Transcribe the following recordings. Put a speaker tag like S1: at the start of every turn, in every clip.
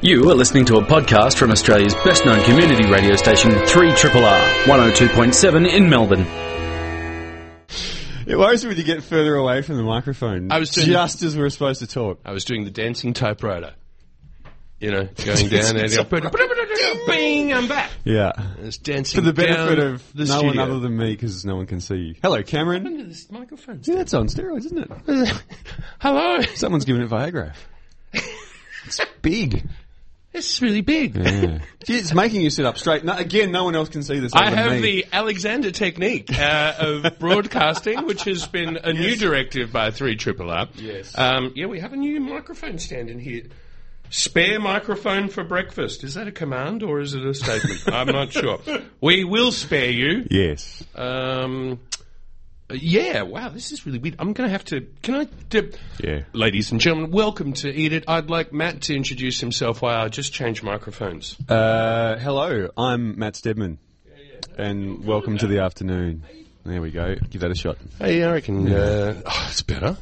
S1: You are listening to a podcast from Australia's best known community radio station, 3RRR, 102.7 in Melbourne.
S2: It worries me when you get further away from the microphone.
S3: I was doing-
S2: just as we were supposed to talk.
S3: I was doing the dancing typewriter. You know, going down there, bing, I'm back.
S2: Yeah.
S3: And it's dancing
S2: For the benefit
S3: down
S2: of
S3: the
S2: no one
S3: studio.
S2: other than me, because no one can see you. Hello, Cameron.
S3: Look at this microphone's
S2: Yeah, that's on steroids, isn't it?
S3: down. Hello,
S2: Someone's giving it Viagra. It's big.
S3: this is really big.
S2: Yeah. Gee, It's making you sit up straight. No, again, no one else can see this.
S3: I
S2: other than
S3: have
S2: me.
S3: the Alexander technique uh, of broadcasting, which has been a new directive by Three Triple R.
S2: Yes.
S3: Um, yeah, we have a new microphone stand in here. Spare microphone for breakfast. Is that a command or is it a statement? I'm not sure. We will spare you.
S2: Yes.
S3: Um, yeah, wow, this is really weird. I'm going to have to. Can I. do-
S2: Yeah.
S3: Ladies and gentlemen, welcome to Eat It. I'd like Matt to introduce himself while I just change microphones.
S2: Uh, hello, I'm Matt Stedman. And welcome to the afternoon. There we go. Give that a shot.
S3: Hey, I reckon. Uh, oh, it's better.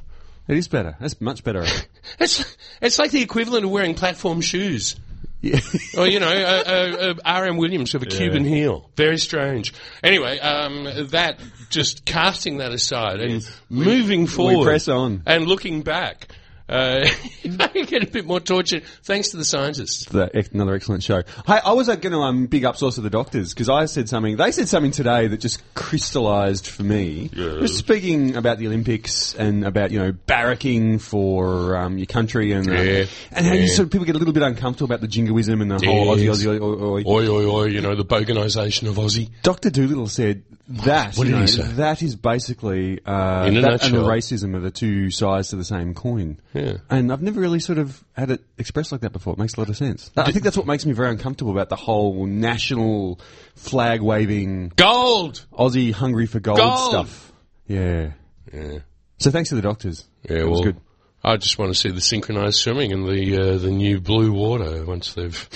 S2: It is better. That's much better.
S3: It's, it's like the equivalent of wearing platform shoes.
S2: yeah.
S3: Or, Oh, you know, uh, uh, uh, R.M. Williams with a Cuban heel. Very strange. Anyway, um, that, just casting that aside and moving forward.
S2: press on.
S3: And looking back. Uh, if I could get a bit more tortured, thanks to the scientists.
S2: for that, ex- another excellent show. Hey, I was uh, going to um, big up Source of the Doctors because I said something. They said something today that just crystallised for me. Just speaking about the Olympics and about you know barracking for um, your country and uh,
S3: Yeah,
S2: and how you
S3: yeah.
S2: sort of people get a little bit uncomfortable about the jingoism and the whole Aussie,
S3: Yes.
S2: Aussie, Aussie, Aussie.
S3: Oi, oi, oi, you know, the boganisation of Aussie.
S2: Doctor Doolittle said that
S3: What
S2: you
S3: did he
S2: know,
S3: say?
S2: that is basically uh,
S3: In a
S2: that and the
S3: nutshell.
S2: racism are the two sides to the same coin.
S3: Yeah.
S2: and I've never really sort of had it expressed like that before. It makes a lot of sense. I think that's what makes me very uncomfortable about the whole national flag waving
S3: Gold!
S2: Aussie hungry for gold,
S3: Gold!
S2: stuff. Yeah.
S3: Yeah,
S2: So thanks to the doctors.
S3: yeah
S2: That was
S3: well,
S2: good.
S3: I just want to see the synchronised swimming and the uh, the new blue water once they've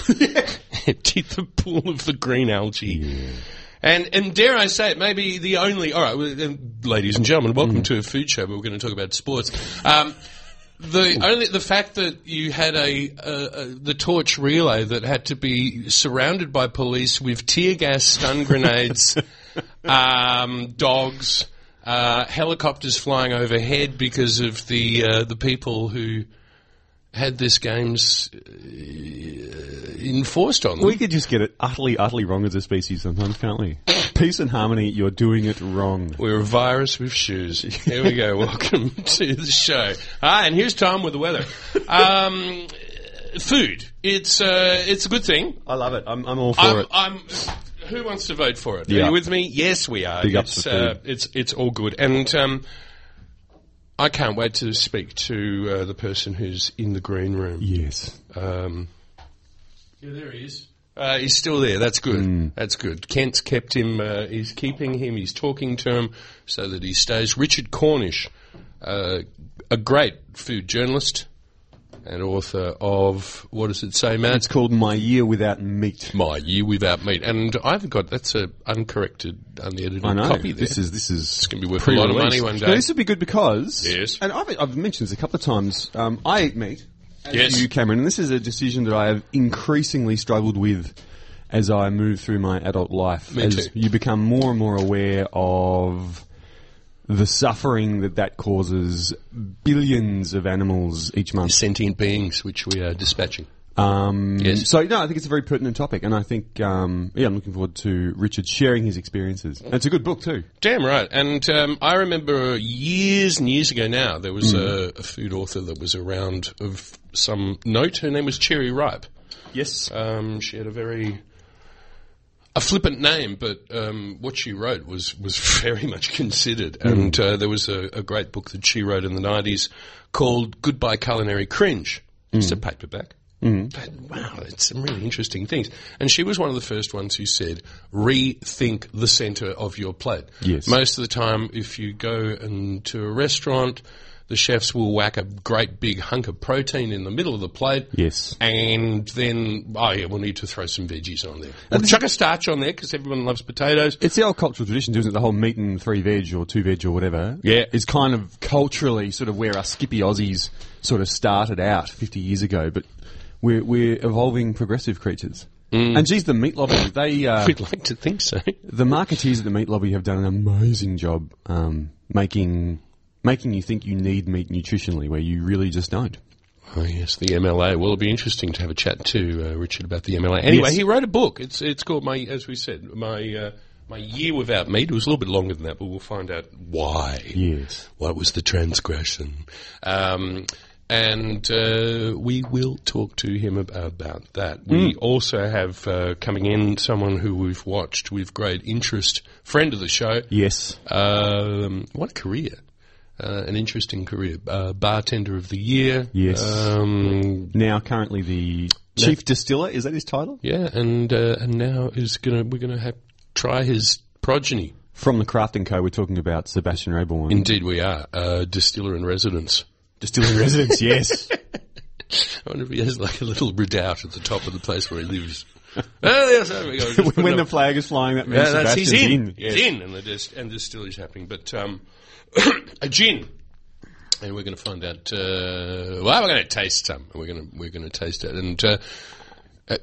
S3: emptied the pool of the green algae. And and dare I say it, maybe the only. All right, well, then, ladies and gentlemen, welcome to a food show, but we're going to talk about sports. Um, the only the fact that you had a, a, a the torch relay that had to be surrounded by police with tear gas, stun grenades, um, dogs, uh, helicopters flying overhead because of the uh, the people who had this game's uh, enforced on them.
S2: We could just get it utterly, utterly wrong as a species sometimes, can't we? Peace and harmony, you're doing it wrong.
S3: We're a virus with shoes. Here we go. Welcome to the show. Ah, and here's Tom with the weather. Um, food. It's uh, it's a good thing.
S2: I love it. I'm, I'm all for
S3: I'm,
S2: it.
S3: I'm. Who wants to vote for it? Are
S2: Yeah.
S3: you with me? Yes, we are.
S2: Big ups
S3: it's,
S2: for
S3: uh,
S2: food.
S3: it's it's all good, and um, I can't wait to speak to uh, the person who's in the green room.
S2: yes.
S3: Um, yeah, there he is. Uh, he's still there. That's good.
S2: Hmm.
S3: That's good. Kent's kept him. Uh, he's keeping him. He's talking to him so that he stays. Richard Cornish, uh, a great food journalist and author of what does it say, Matt?
S2: It's called My Year Without Meat.
S3: My Year Without Meat. And I've got that's a uncorrected, unedited
S2: I know.
S3: copy. There.
S2: This is this is
S3: gonna be worth a lot of money one day.
S2: Now, this would be good because
S3: Yes.
S2: and I've, I've mentioned this a couple of times. Um, I eat meat. as
S3: Yes.
S2: you Cameron. And this is a decision that I have increasingly struggled with as I move through my adult life.
S3: Me
S2: as
S3: too.
S2: you become more and more aware of the suffering that that causes billions of animals each month.
S3: sentient beings, which we are dispatching.
S2: Um,
S3: Yes.
S2: So no, I think it's a very pertinent topic, and I think um, yeah, I'm looking forward to Richard sharing his experiences. And it's a good book too.
S3: Damn right. And um, I remember years and years ago now, there was a, a food author that was around of some note. Her name was Cherry Ripe.
S2: Yes.
S3: Um, she had a very a flippant name, but um, what she wrote was was very much considered.
S2: Hmm.
S3: And uh, there was a, a great book that she wrote in the nineties called "Goodbye Culinary Cringe."
S2: Hmm.
S3: It's a paperback. But, wow, it's some really interesting things. And she was one of the first ones who said, "Rethink the centre of your plate."
S2: Yes.
S3: Most of the time, if you go into a restaurant. The chefs will whack a great big hunk of protein in the middle of the plate,
S2: Yes.
S3: and then oh yeah, we'll need to throw some veggies on there. We'll chuck a starch on there because everyone loves potatoes.
S2: It's the old cultural tradition, isn't it? The whole meat and three veg or two veg or whatever.
S3: Yeah.
S2: Is kind of culturally sort of where our Skippy Aussies sort of started out 50 years ago, but we're, we're evolving progressive creatures. And geez, the meat lobby, they, uh,
S3: We'd like to think so.
S2: the marketeers at the meat lobby have done an amazing job, um, making, making you think you need meat nutritionally where you really just don't.
S3: Oh yes, the MLA. Well, it'll be interesting to have a chat to uh, Richard about the MLA. Anyway,
S2: Yes.
S3: he wrote a book. It's it's called my, as we said, my uh, my year without meat. It was a little bit longer than that, but we'll find out why.
S2: Yes.
S3: What was the transgression? Um, and uh, we will talk to him ab- about that. We also have uh, coming in someone who we've watched with great interest, friend of the show.
S2: Yes.
S3: Um, what a career. Uh, an interesting career. Uh, bartender of the year.
S2: Yes.
S3: Um,
S2: Now currently the chief distiller, is that his title?
S3: yeah, and uh, and now is gonna we're gonna have try his progeny.
S2: From the Craft and Co, we're talking about Sebastian Rayborn.
S3: Indeed, we are uh, distiller in residence.
S2: distiller in residence, yes.
S3: I wonder if he has like a little redoubt at the top of the place where he lives. oh, yes, there we go. Just put
S2: when
S3: it
S2: the
S3: up.
S2: flag is flying, that means
S3: Yeah, that's, he's
S2: Sebastian's
S3: in.
S2: Yes.
S3: He's in, and the dis- and the still is happening. But um, a gin, and we're going to find out. Uh, well, we're going to taste some. We're going to we're going to taste it, and uh, uh,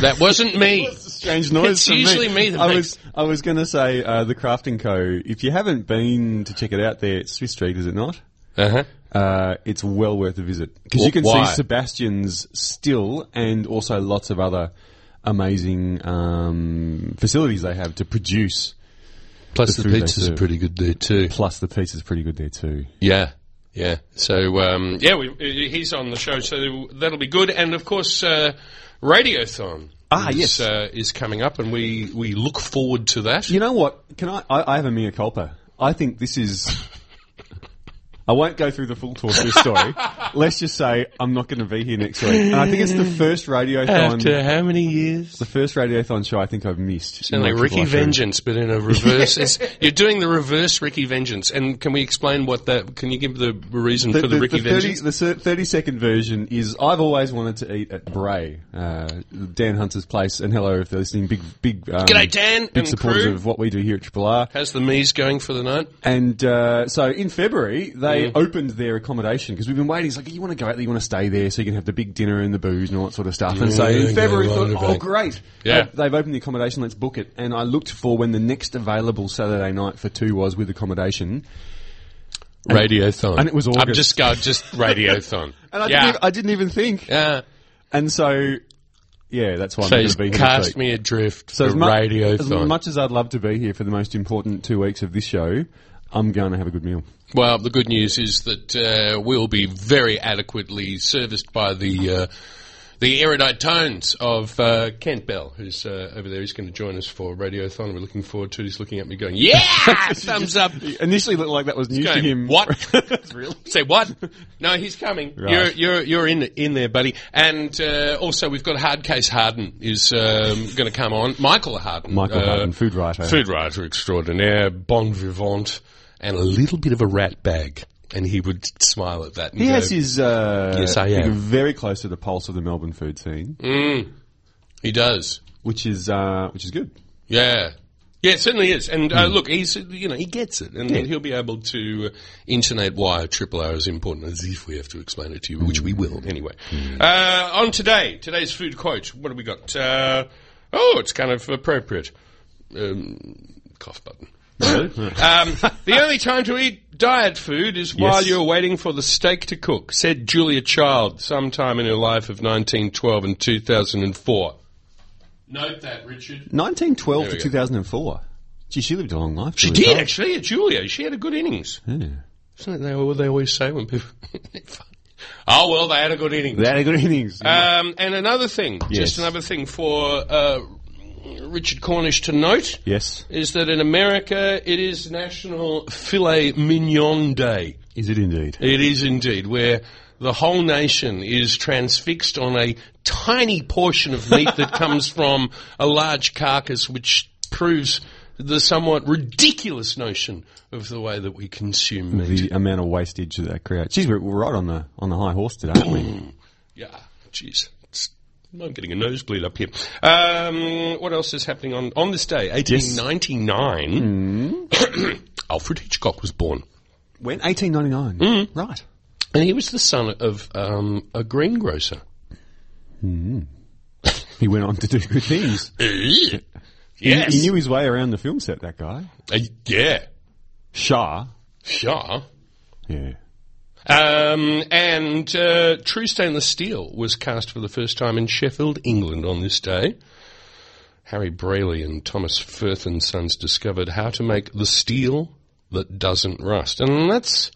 S3: that wasn't me.
S2: Strange noise.
S3: It's
S2: from
S3: usually me that
S2: I
S3: makes-
S2: was I was going to say uh, the Crafting Co. If you haven't been to check it out, there it's Swiss Street, is it not?
S3: Uh-huh.
S2: Uh, it's well worth a visit because you
S3: Wh-
S2: can
S3: why?
S2: see Sebastian's still and also lots of other amazing um, facilities they have to produce.
S3: Plus
S2: The
S3: the,
S2: food they
S3: pizzas are
S2: serve.
S3: pretty good there too.
S2: Plus, the pizza's pretty good there too.
S3: Yeah. Yeah. So um, yeah, we, uh, he's on the show, so that'll be good. And of course, uh, Radiothon.
S2: Ah,
S3: is,
S2: yes.
S3: uh, is coming up, and we we look forward to that.
S2: You know what? Can I? I, I have a mea culpa. I think this is. I won't go through the full talk of this story. Let's just say I'm not going to be here next week. And I think it's the first radiothon,
S3: After how many years?
S2: the first radiothon show I think I've missed.
S3: Sound like
S2: Multiple
S3: Ricky
S2: I've heard.
S3: Vengeance, but in a reverse. it's, you're doing the reverse Ricky Vengeance, and can we explain what that? Can you give the reason
S2: The,
S3: for the,
S2: the,
S3: Ricky
S2: the 30,
S3: Vengeance?
S2: the cer- 30 second version is I've always wanted to eat at Bray, uh, Dan Hunter's place. And hello, if they're listening, big, big, um,
S3: G'day, Dan
S2: big
S3: and
S2: supporters
S3: crew.
S2: of what we do here at Triple R.
S3: How's the Mies going for the night?
S2: And uh, so in February,
S3: Mm.
S2: they opened their accommodation because we've been waiting. It's like, you want to go out there, you want to stay there so you can have the big dinner and the booze and all that sort of stuff. And so
S3: Yeah,
S2: in
S3: go
S2: February,
S3: right
S2: thought, oh,
S3: about.
S2: great.
S3: Yeah.
S2: They- They've opened the accommodation, let's book it. And I looked for when the next available Saturday night for two was with accommodation.
S3: Radiothon,
S2: and it was
S3: I'm
S2: August.
S3: just go, just Radiothon.
S2: And I,
S3: yeah,
S2: didn't, I didn't even think.
S3: yeah.
S2: And so, yeah, that's why I'm
S3: So
S2: not going
S3: he's
S2: to be here. this
S3: cast
S2: week.
S3: me adrift
S2: So
S3: for
S2: as, mu- as
S3: Radiothon.
S2: much as I'd love to be here for the most important two weeks of this show, I'm going to have a good meal.
S3: Well, the good news is that uh, we'll be very adequately serviced by the uh, the erudite tones of uh, Kent Bell, who's uh, over there. He's going to join us for Radiothon. We're looking forward to. it. He's looking at me going, "Yeah, thumbs up."
S2: Initially, looked like that was new to
S3: Going,
S2: him.
S3: What? Say what? No, he's coming. You're you're you're in in there, buddy. And uh, also, we've got Hard Case Harden is um, going to come on. Michael Harden.
S2: Michael
S3: uh,
S2: Harden, food writer.
S3: Food writer extraordinaire, bon vivant, and a little bit of a rat bag. And he would smile at that. And
S2: He
S3: go,
S2: has his. Uh,
S3: Yes, I
S2: he's
S3: am.
S2: Very close to the pulse of the Melbourne food scene,
S3: He does.
S2: which is uh, which is good.
S3: Yeah. Yeah, it certainly is. And uh, look, he's you know he gets it, and he'll be able to uh, intonate why triple R is important, as if we have to explain it to you, which we will anyway. Uh, on today, today's food quote. What have we got? Uh, oh, it's kind of appropriate. Um, cough button. Um, the only time to eat diet food is while
S2: Yes.
S3: you're waiting for the steak to cook," said Julia Child, sometime in her life of 1912 and 2004. Note that, Richard.
S2: 1912 to
S3: we go.
S2: 2004. Gee, she lived a long life.
S3: She did actually at Julia. She had a good innings.
S2: Yeah.
S3: Isn't it they, what they always say when people? oh well, they had a good innings.
S2: They had a good innings.
S3: Um, and another thing,
S2: Yes.
S3: just another thing for uh, Richard Cornish to note
S2: yes.
S3: is that in America it is National Filet Mignon Day.
S2: Is it indeed?
S3: It is indeed where the whole nation is transfixed on a tiny portion of meat that comes from a large carcass, which proves the somewhat ridiculous notion of the way that we consume
S2: The
S3: meat.
S2: amount of wastage that that creates. Geez, we're, we're right on the on the high horse today, aren't we?
S3: Yeah, jeez. It's- I'm getting a nosebleed up here. Um, what else is happening on, on this day? 1899,
S2: Mm-hmm.
S3: Alfred Hitchcock was born.
S2: When
S3: Mm-hmm.
S2: 1899. Right.
S3: And he was the son of um, a greengrocer.
S2: He went on to do good things.
S3: yes.
S2: He- He, knew his way around the film set, that guy.
S3: Uh, yeah.
S2: Shah.
S3: Sure.
S2: Yeah.
S3: Um, and uh, True Stainless Steel was cast for the first time in Sheffield, England on this day. Harry Brayley and Thomas Firth and Sons discovered how to make the steel that doesn't rust. And that's.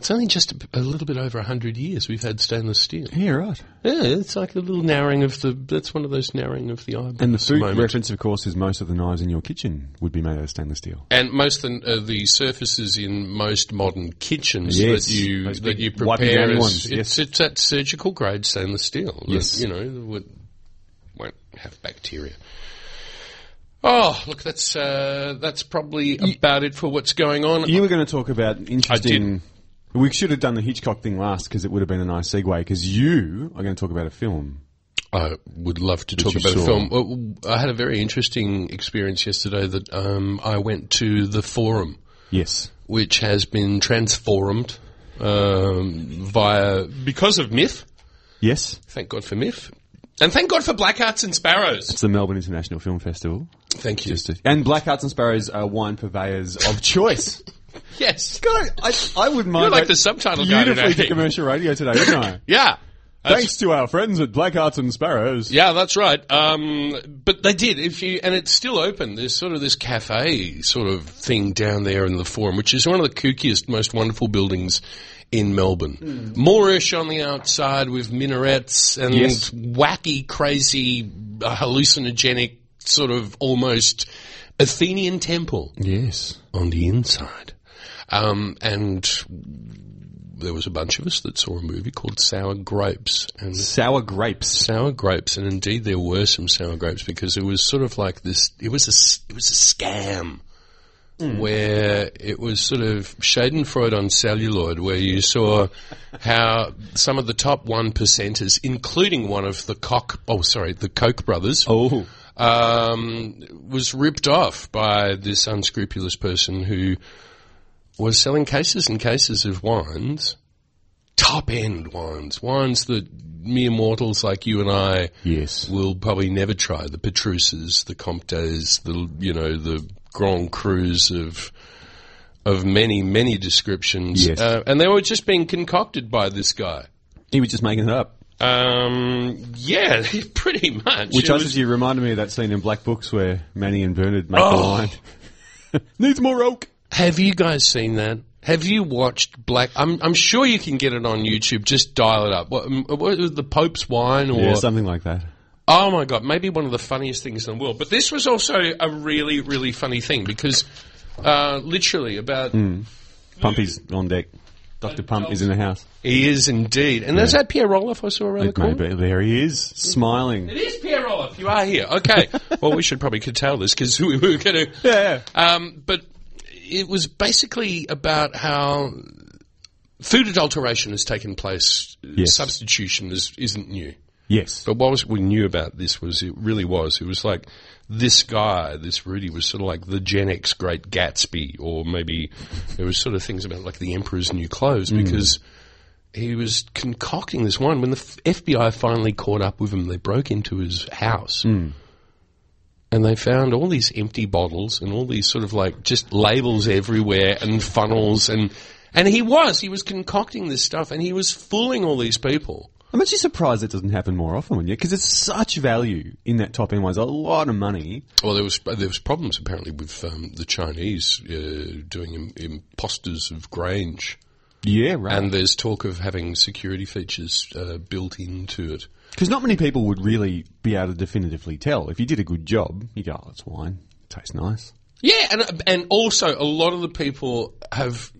S3: It's only just a, a little bit over 100 years we've had stainless steel.
S2: Yeah, right.
S3: Yeah, it's like a little narrowing of the. That's one of those narrowing of the eyebrows.
S2: And the food
S3: moment.
S2: reference, of course, is most of the knives in your kitchen would be made out of stainless steel.
S3: And most of the, uh, the surfaces in most modern kitchens
S2: Yes.
S3: that you
S2: Those
S3: that
S2: big
S3: you
S2: wiping down
S3: prepare is
S2: ones, yes.
S3: it's, it's that surgical grade stainless steel. that,
S2: Yes.
S3: you know would, won't have bacteria. Oh, look, that's uh, that's probably about it for what's going on.
S2: You were going to talk about interesting. We should have done the Hitchcock thing last because it would have been a nice segue. Because you are going to talk about a film.
S3: I would love to talk
S2: you
S3: about a
S2: saw.
S3: film. Uh, I had a very interesting experience yesterday that um, I went to the forum.
S2: Yes.
S3: which has been transformed um, via because of MIF.
S2: Yes.
S3: Thank God for MIF, and thank God for Black Arts and Sparrows.
S2: It's the Melbourne International Film Festival.
S3: Thank you.
S2: Just a- and Black Hearts and Sparrows are wine purveyors of choice.
S3: yes.
S2: God, I, I wouldn't mind.
S3: You're like
S2: that
S3: the subtitle guy
S2: Beautifully
S3: today.
S2: to commercial radio today, wouldn't I?
S3: Yeah. That's-
S2: Thanks to our friends at Black Hearts and Sparrows.
S3: Yeah, that's right. Um, but they did. If you and it's still open. There's sort of this cafe sort of thing down there in the Forum, which is one of the kookiest, most wonderful buildings in Melbourne.
S2: Hmm.
S3: Moorish on the outside with minarets and
S2: Yes.
S3: wacky, crazy, uh, hallucinogenic sort of almost Athenian temple
S2: Yes.
S3: on the inside. Um, and there was a bunch of us that saw a movie called Sour Grapes, and
S2: Sour grapes.
S3: sour grapes, and indeed there were some sour grapes because it was sort of like this. It was a s- it was a scam where it was sort of Schadenfreude on celluloid, where you saw how some of the top one percenters, including one of the Koch, oh sorry, the Koch brothers,
S2: Oh.
S3: um, was ripped off by this unscrupulous person who was selling cases and cases of wines, top end wines, wines that mere mortals like you and I
S2: Yes.
S3: will probably never try. The Petruses, the Comptes, the you know the Grand Crus of of many many descriptions,
S2: Yes.
S3: uh, and they were just being concocted by this guy.
S2: He was just making it up.
S3: Um, yeah, pretty much.
S2: Which,
S3: It
S2: as
S3: was-
S2: you reminded me of that scene in Black Books where Manny and Bernard make the
S3: Oh.
S2: wine. Needs more oak.
S3: Have you guys seen that? Have you watched Black? I'm, I'm sure you can get it on YouTube. Just dial it up. What, um, what was the Pope's Wine or
S2: Yeah, something like that.
S3: Oh my god, maybe one of the funniest things in the world. But this was also a really, really funny thing because uh, literally about
S2: Pumpy's on deck. Dr. Pump is in the house.
S3: he is indeed. And there's that Pierre Roloff I saw around the corner.
S2: Maybe. There he is, smiling.
S3: It is Pierre Roloff. You are Ah, here. Okay. well, we should probably curtail this because we were going to.
S2: Yeah.
S3: Um, but it was basically about how food adulteration has taken place.
S2: Yes.
S3: Substitution is, isn't new.
S2: Yes.
S3: But what was, we knew about this was it really was. It was like this guy, this Rudy, was sort of like the Gen X great Gatsby, or maybe there was sort of things about like the Emperor's New Clothes because he was concocting this wine. When the F- FBI finally caught up with him, they broke into his house. And they found all these empty bottles and all these sort of like just labels everywhere and funnels and and he was he was concocting this stuff and he was fooling all these people.
S2: I'm actually surprised it doesn't happen more often, wouldn't you? Because it's such value in that top end wine. It's a lot of money.
S3: Well, there was there was problems apparently with um, the Chinese uh, doing Im- imposters of Grange,
S2: Yeah, right.
S3: and there's talk of having security features uh, built into it.
S2: Because not many people would really be able to definitively tell. If you did a good job, you go, oh, it's wine. tastes nice.
S3: Yeah, and and also a lot of the people have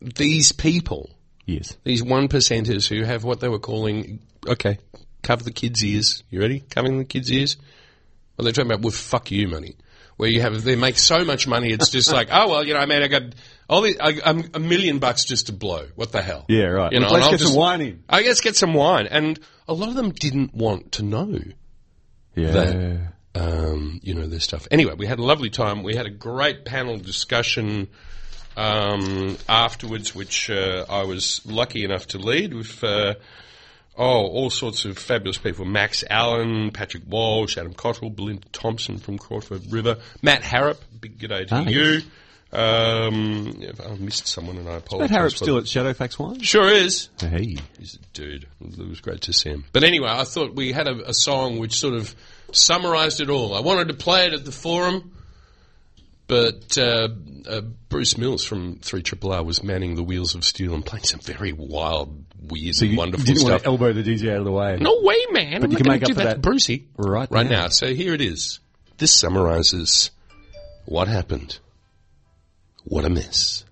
S3: these people,
S2: Yes.
S3: these one percenters who have what they were calling okay, cover the kids' ears. You ready? Covering the kids' ears. Well, they're talking about with fuck you money, where you have they make so much money, it's just like oh well, you know, I mean, I got all the, I, I'm a million bucks just to blow. What the hell?
S2: Yeah, right.
S3: You know,
S2: Let's
S3: and I'll
S2: get some
S3: just-
S2: wine in.
S3: I guess get some wine, and a lot of them didn't want to know,
S2: Yeah.
S3: That- um, you know, their stuff. Anyway, we had a lovely time. We had a great panel discussion um, afterwards, which uh, I was lucky enough to lead with. Uh, Oh, all sorts of fabulous people. Max Allen, Patrick Walsh, Adam Cottrell, Belinda Thompson from Crawford River, Matt Harrop, big g'day to
S2: Ah,
S3: you. Um, yeah, I missed someone and I apologise.
S2: Matt Harrop's
S3: for
S2: still
S3: that.
S2: at Shadowfax Wine.
S3: Sure is.
S2: Hey.
S3: He's a dude. It was great to see him. But anyway, I thought we had a, a song which sort of summarised it all. I wanted to play it at the forum, but uh, uh, Bruce Mills from 3 R was manning the wheels of steel and playing some very wild, weird,
S2: You
S3: and wonderful
S2: didn't
S3: stuff.
S2: want to elbow the DJ out of the way.
S3: No way, man. I'm
S2: you
S3: not
S2: can make
S3: going to
S2: up
S3: do
S2: for
S3: that,
S2: that
S3: to Brucey
S2: right
S3: right
S2: now.
S3: now. So here it is. This summarizes what happened. What a miss.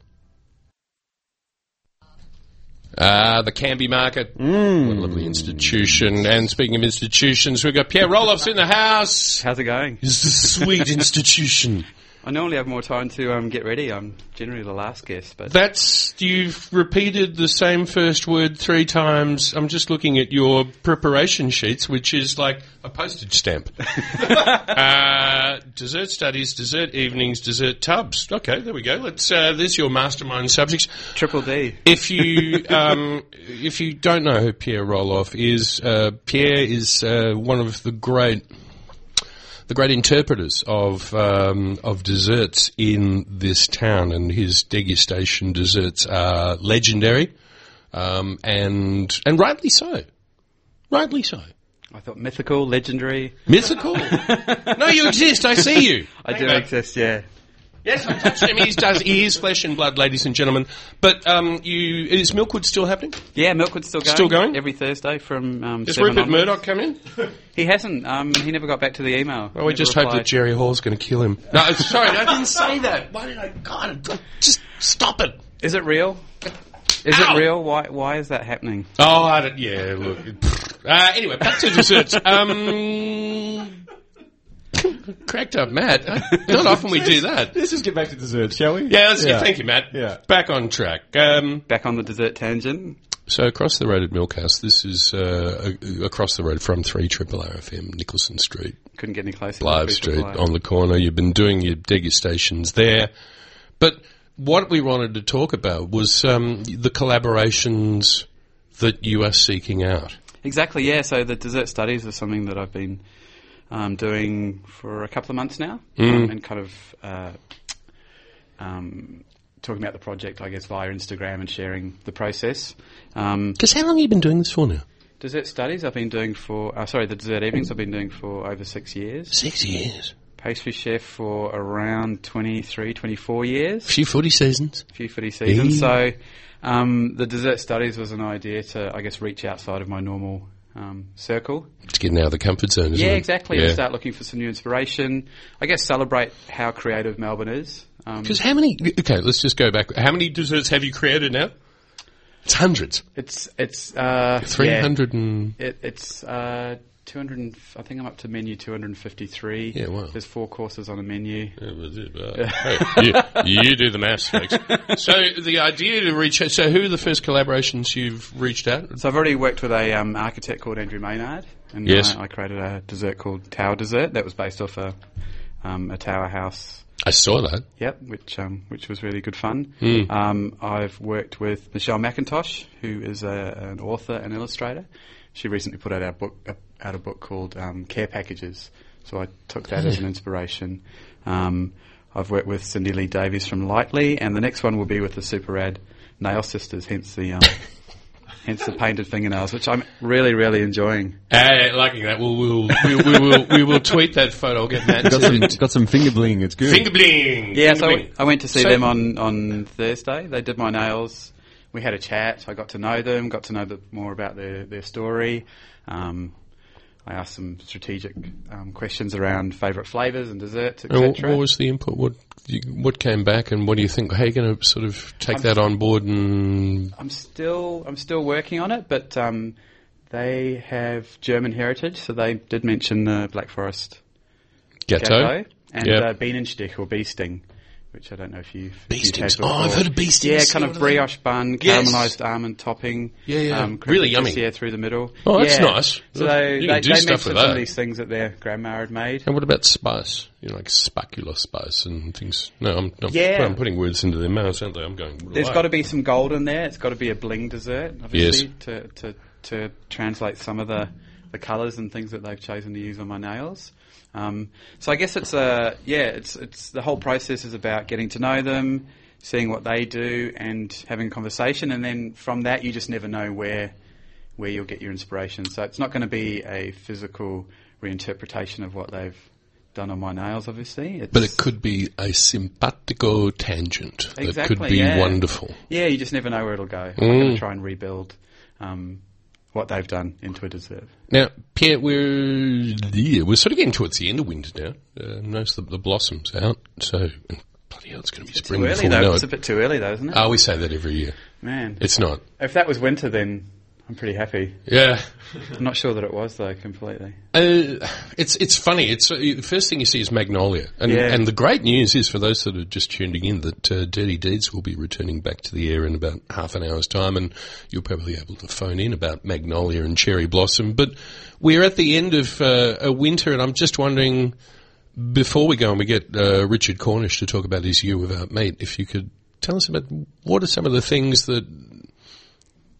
S3: Ah, the Canby Market. What a lovely institution. And speaking of institutions, we've got Pierre Roloff's in the house.
S4: How's it going?
S3: It's the sweet institution.
S4: I normally have more time to um, get ready. I'm generally the last guest, but
S3: That's, you've repeated the same first word three times. I'm just looking at your preparation sheets, which is like a postage stamp. uh, dessert studies, dessert evenings, dessert tubs. Okay, there we go. Let's, uh, there's your mastermind subjects.
S4: Triple D.
S3: If you um, if you don't know who Pierre Roloff is, uh, Pierre is uh, one of the great the great interpreters of um, of desserts in this town, and his degustation desserts are legendary, um, and and rightly so, rightly so.
S4: I thought mythical, legendary.
S3: Mythical. no, you exist. I see you.
S4: I do
S3: Hang on.
S4: exist, yeah.
S3: Yes, I touched him. He does. He is flesh and blood, ladies and gentlemen. But um, you is Milkwood still happening?
S4: Yeah, Milkwood's still going.
S3: Still going?
S4: Every Thursday from um,
S3: Does
S4: 7
S3: Rupert
S4: onwards.
S3: Murdoch come in?
S4: He hasn't. Um, he never got back to the email.
S3: Well, we just hope that Jerry Hall's going to kill him. No, sorry, I didn't say that. Why did I? God, just stop it.
S4: Is it real? Is
S3: Ow!
S4: it real? Why, why is that happening?
S3: Oh, I don't, yeah, look. Uh, anyway, back to desserts. Um, cracked up, Matt. Not often we do that.
S2: Let's just get back to desserts, shall we?
S3: Yeah, that's good. Thank you, Matt.
S2: Yeah.
S3: Back on track. Um,
S4: Back on the dessert tangent.
S3: So across the road at Milkhouse, this is uh, a- across the road from 3 Triple RFM, Nicholson Street,
S4: Couldn't get any closer. to
S3: Live
S4: Booster
S3: Street,
S4: Live.
S3: on the corner. You've been doing your degustations there. But what we wanted to talk about was um, the collaborations that you are seeking out.
S4: Exactly, yeah. So the dessert studies are something that I've been um, doing for a couple of months now um, and kind of uh, um, talking about the project, I guess, via Instagram and sharing the process. Um,
S3: Because how long have you been doing this for now?
S4: dessert studies I've been doing for, uh, sorry, the dessert evenings I've been doing for over six years.
S3: Six years.
S4: Pastry chef for around 23, 24 years.
S3: few footy seasons.
S4: few footy season. So um, the dessert studies was an idea to, I guess, reach outside of my normal um, circle.
S3: It's getting out of the comfort zone, isn't
S4: Yeah,
S3: it?
S4: exactly. uh, And start looking for some new inspiration. I guess celebrate how creative Melbourne is. Um,
S3: Because how many... Okay, let's just go back. How many desserts have you created now? It's hundreds.
S4: it's it's uh, yeah.
S3: 300 and...
S4: It, it's uh, 200. And, f- I think I'm up to menu 253.
S3: Yeah, wow.
S4: There's four courses on a menu.
S3: Yeah, but it- uh, hey, you, you do the maths, folks. So the idea to reach out. So who are the first collaborations you've reached out?
S4: So I've already worked with a um, architect called Andrew Maynard, and uh,
S3: Yes.
S4: I, I created a dessert called Tower Dessert that was based off a um, a tower house
S3: I saw that.
S4: Yep, which um, which was really good fun. Um, I've worked with Michelle McIntosh, who is a, an author and illustrator. She recently put out a book uh, out a book called um, Care Packages, so I took that as an inspiration. Um, I've worked with Cindy Lee Davies from Lightly, and the next one will be with the Super Rad Nail Sisters, hence the um, hence the painted fingernails, which I'm really really enjoying.
S3: Uh, liking that. We'll, we'll, we, we will we will tweet that photo. I'll get Matt
S2: Got some, got some finger bling. It's good.
S3: finger bling. finger
S4: Yeah, so I
S3: bling.
S4: went- I went to see
S3: So-
S4: them on, on Thursday. They did my nails. We had a chat. I got to know them, got to know the, more about their, their story. Um, I asked some strategic um, questions around favourite flavours and desserts,
S3: And what,
S4: etc.
S3: what was the input? What you, what came back, and what do you think? How are you going to sort of take that on board? And
S4: I'm still I'm still working on it, but um, they have German heritage, so they did mention the Black Forest
S3: Gatto,
S4: Gatto and
S3: Yep.
S4: uh, Bienenstich or bee sting, which I don't know if you've
S3: Bee
S4: if you've
S3: stings.
S4: had
S3: Oh, I've
S4: before.
S3: heard of bee
S4: Yeah,
S3: stings.
S4: kind
S3: Yeah,
S4: of
S3: what are they?
S4: brioche bun,
S3: Yes.
S4: caramelized almond topping.
S3: Yeah, yeah.
S4: cream
S3: Really
S4: de
S3: yummy.
S4: Gruyere through the middle.
S3: Oh, that's
S4: Yeah.
S3: nice.
S4: So
S3: You
S4: they,
S3: can
S4: they,
S3: do
S4: they
S3: stuff
S4: mentioned
S3: with
S4: some
S3: that.
S4: of these things that their grandma had made.
S3: and what about spice? You know, like specular spice and things. No, I'm, I'm,
S4: Yeah.
S3: I'm putting words into their mouths, aren't they? I'm going.
S4: There's got to be some gold in there. It's got to be a bling dessert, obviously, to, to to translate some of the the colours and things that they've chosen to use on my nails. Um, so I guess it's a yeah, it's it's the whole process is about getting to know them, seeing what they do, and having a conversation, and then from that you just never know where where you'll get your inspiration. So it's not going to be a physical reinterpretation of what they've done on my nails, obviously. It's,
S3: But it could be a simpatico tangent that could
S4: Exactly,
S3: be
S4: yeah.
S3: wonderful.
S4: yeah, you just never know where it'll go. I'm
S3: Mm.
S4: going to try and rebuild um, what they've done into a deserve.
S3: Now, Pierre, we're yeah, we're sort of getting towards the end of winter now. Uh, most of the, blossoms out, so and bloody hell, it's going to be spring
S4: Too early
S3: before we
S4: though.
S3: know
S4: It's a
S3: it.
S4: bit too early though, isn't it?
S3: Ah, we say that every year.
S4: Man,
S3: It's not.
S4: if that was winter, then I'm pretty happy.
S3: Yeah,
S4: I'm not sure that it was though completely.
S3: Uh, it's it's funny. It's uh, the first thing you see is Magnolia, and
S4: Yeah.
S3: and the great news is for those that are just tuning in that uh, Dirty Deeds will be returning back to the air in about half an hour's time, and you'll probably be able to phone in about Magnolia and Cherry Blossom. But we're at the end of uh, a winter, and I'm just wondering before we go and we get uh, Richard Cornish to talk about his year without meat, if you could tell us about what are some of the things that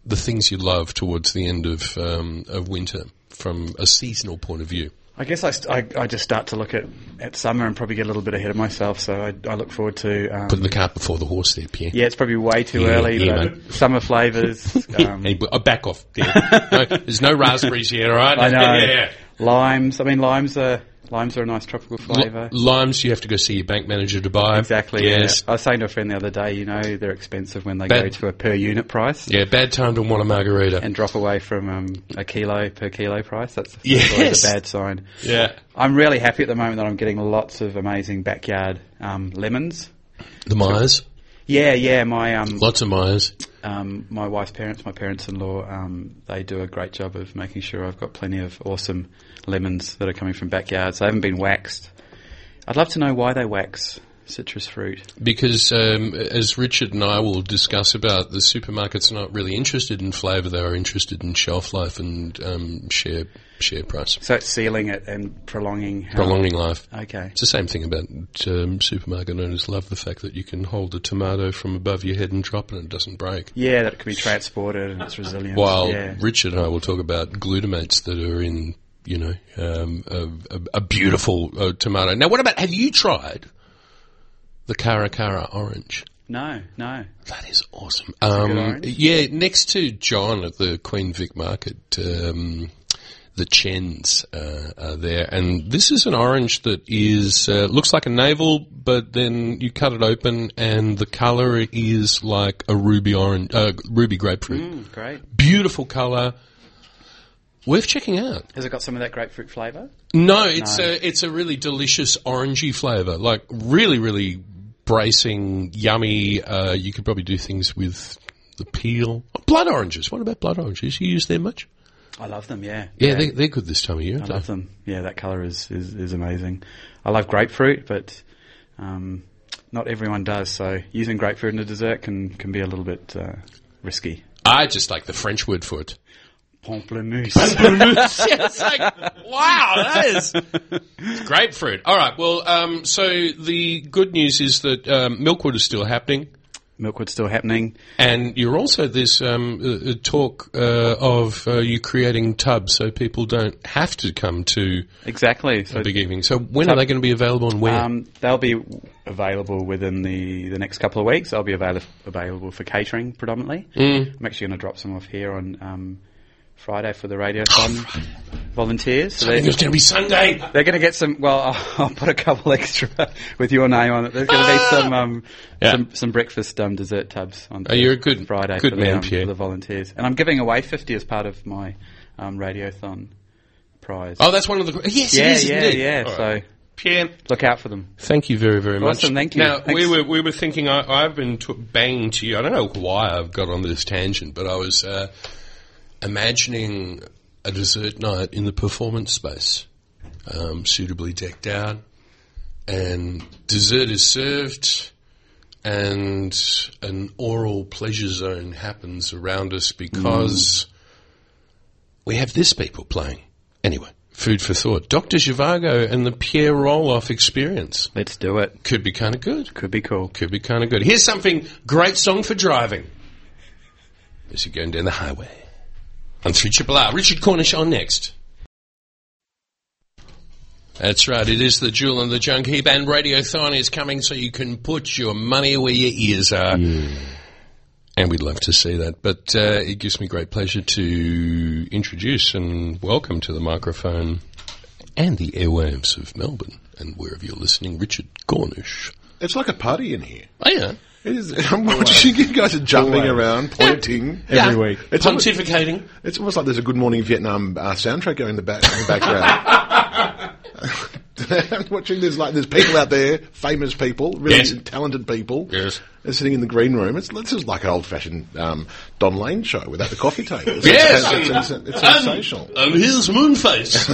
S3: the things you love towards the end of um, of winter from a seasonal point of view.
S4: I guess I, st- I, I just start to look at, at summer and probably get a little bit ahead of myself. So I, I look forward to. Um,
S3: Putting the cart before the horse there, Pierre.
S4: yeah, it's probably way too early.
S3: yeah,
S4: but summer flavours. Um,
S3: Hey, but- oh, back off. Yeah. No, there's no raspberries here, all right?
S4: I know.
S3: Yeah, yeah.
S4: Limes. I mean, limes are limes are a nice tropical flavour.
S3: L- limes, you have to go see your bank manager to buy.
S4: Exactly.
S3: Yes.
S4: yeah. I was saying to a friend the other day, you know, they're expensive when they
S3: But-
S4: go to a per unit price
S3: Yeah, bad time to want a margarita.
S4: and drop away from um, a kilo per kilo price. That's that's
S3: Yes.
S4: always a bad sign.
S3: yeah.
S4: I'm really happy at the moment that I'm getting lots of amazing backyard um, lemons.
S3: The Myers.
S4: Yeah, yeah. My um,
S3: Lots of Myers.
S4: um, my wife's parents, my parents-in-law, um, they do a great job of making sure I've got plenty of awesome lemons that are coming from backyards. They haven't been waxed. I'd love to know why they wax citrus fruit.
S3: Because um, as Richard and I will discuss about, the supermarkets are not really interested in flavour. They are interested in shelf life and um, share share price.
S4: So it's sealing it and prolonging. How,
S3: Prolonging life.
S4: Okay.
S3: It's the same thing about um, supermarket owners love the fact that you can hold a tomato from above your head and drop it and it doesn't break.
S4: Yeah, that it can be transported and it's resilient.
S3: While
S4: yeah.
S3: Richard and I will talk about glutamates that are in, you know, um, a, a, a beautiful uh, tomato. Now, what about, have you tried the Cara Cara orange?
S4: No, no.
S3: That is awesome. Um,
S4: orange.
S3: yeah, next to John at the Queen Vic Market, um, the Chens uh, are there, and this is an orange that is uh, looks like a navel, but then you cut it open, and the colour is like a ruby orange, uh, ruby grapefruit.
S4: Mm, great.
S3: Beautiful colour. Worth checking out.
S4: Has it got some of that grapefruit flavour?
S3: No, it's a it's a really delicious orangey flavour, like really really bracing, yummy. Uh, you could probably do things with the peel. Oh, blood oranges. What about blood oranges? You use them much?
S4: I love them. Yeah.
S3: Yeah, They, they're good this time of year.
S4: I
S3: aren't
S4: love them. Yeah, that colour is, is, is amazing. I love grapefruit, but um, not everyone does. So using grapefruit in a dessert can, can be a little bit uh, risky.
S3: they? I just like the French word for it.
S4: Pamplemousse.
S3: it's like, wow, that is grapefruit. All right. Well, um, so the good news is that um, Milkwood is still happening.
S4: Milkwood's still happening.
S3: And you're also there's um, uh, uh, talk uh, of uh, you creating tubs so people don't have to come to
S4: Exactly. So
S3: a big evening. So when are they going to be available and where?
S4: um, they'll be w- available within the, the next couple of weeks. They'll be avail- available for catering predominantly.
S3: Mm.
S4: I'm actually going to drop some off here on um, Friday for the Radiothon volunteers. So
S3: I
S4: they're-
S3: think it's going to be Sunday.
S4: They're going to get some. Well, I'll, I'll put a couple extra with your name on it. There's going to be some um,
S3: Ah! Yeah.
S4: some, some breakfast um, dessert tubs on
S3: Oh, you're a good-
S4: Friday
S3: good
S4: for,
S3: man,
S4: the, um,
S3: Pierre.
S4: for the volunteers. And I'm giving away 50 as part of my um, radiothon prize.
S3: Oh, that's one of the yes,
S4: yeah,
S3: it is
S4: yeah,
S3: indeed.
S4: yeah.
S3: All
S4: So
S3: right. Pierre,
S4: look out for them.
S3: thank you very very much.
S4: Awesome, thank you.
S3: Now we
S4: Thanks.
S3: were we were thinking I, I've been t- banging to you. I don't know why I've got on this tangent, but I was uh, imagining a dessert night in the performance space, um, suitably decked out, and dessert is served. And an oral pleasure zone happens around us because we have this people playing. Anyway, food for thought. Dr. Zhivago and the Pierre Roloff experience
S4: Let's do it.
S3: could be kind of good.
S4: Could be cool.
S3: Could be kind of good. Here's something great song for driving. This is going down the highway. on 3RRR. Richard Cornish on next. That's right. It is the Jewel and the Junk Heap, and Radiothon is coming, so you can put your money where your ears are. And we'd love to see that. But uh, it gives me great pleasure to introduce and welcome to the microphone and the airwaves of Melbourne and wherever you're listening, Richard Cornish.
S5: It's like a party in here.
S3: Oh, yeah.
S5: It is. I'm watching you guys are jumping around, pointing.
S2: Every week.
S5: It's almost,
S3: Pontificating.
S5: it's almost like there's a Good Morning Vietnam uh, soundtrack going in the, back, in the background. I'm watching. There's like there's people out there, famous people, really
S3: Yes.
S5: talented people.
S3: Yes.
S5: They're sitting in the green room. It's this is like an old fashioned um, Don Lane show without the coffee table. It's,
S3: Yes.
S5: it's, it's, it's, it's
S3: And-
S5: sensational.
S3: And here's Moonface.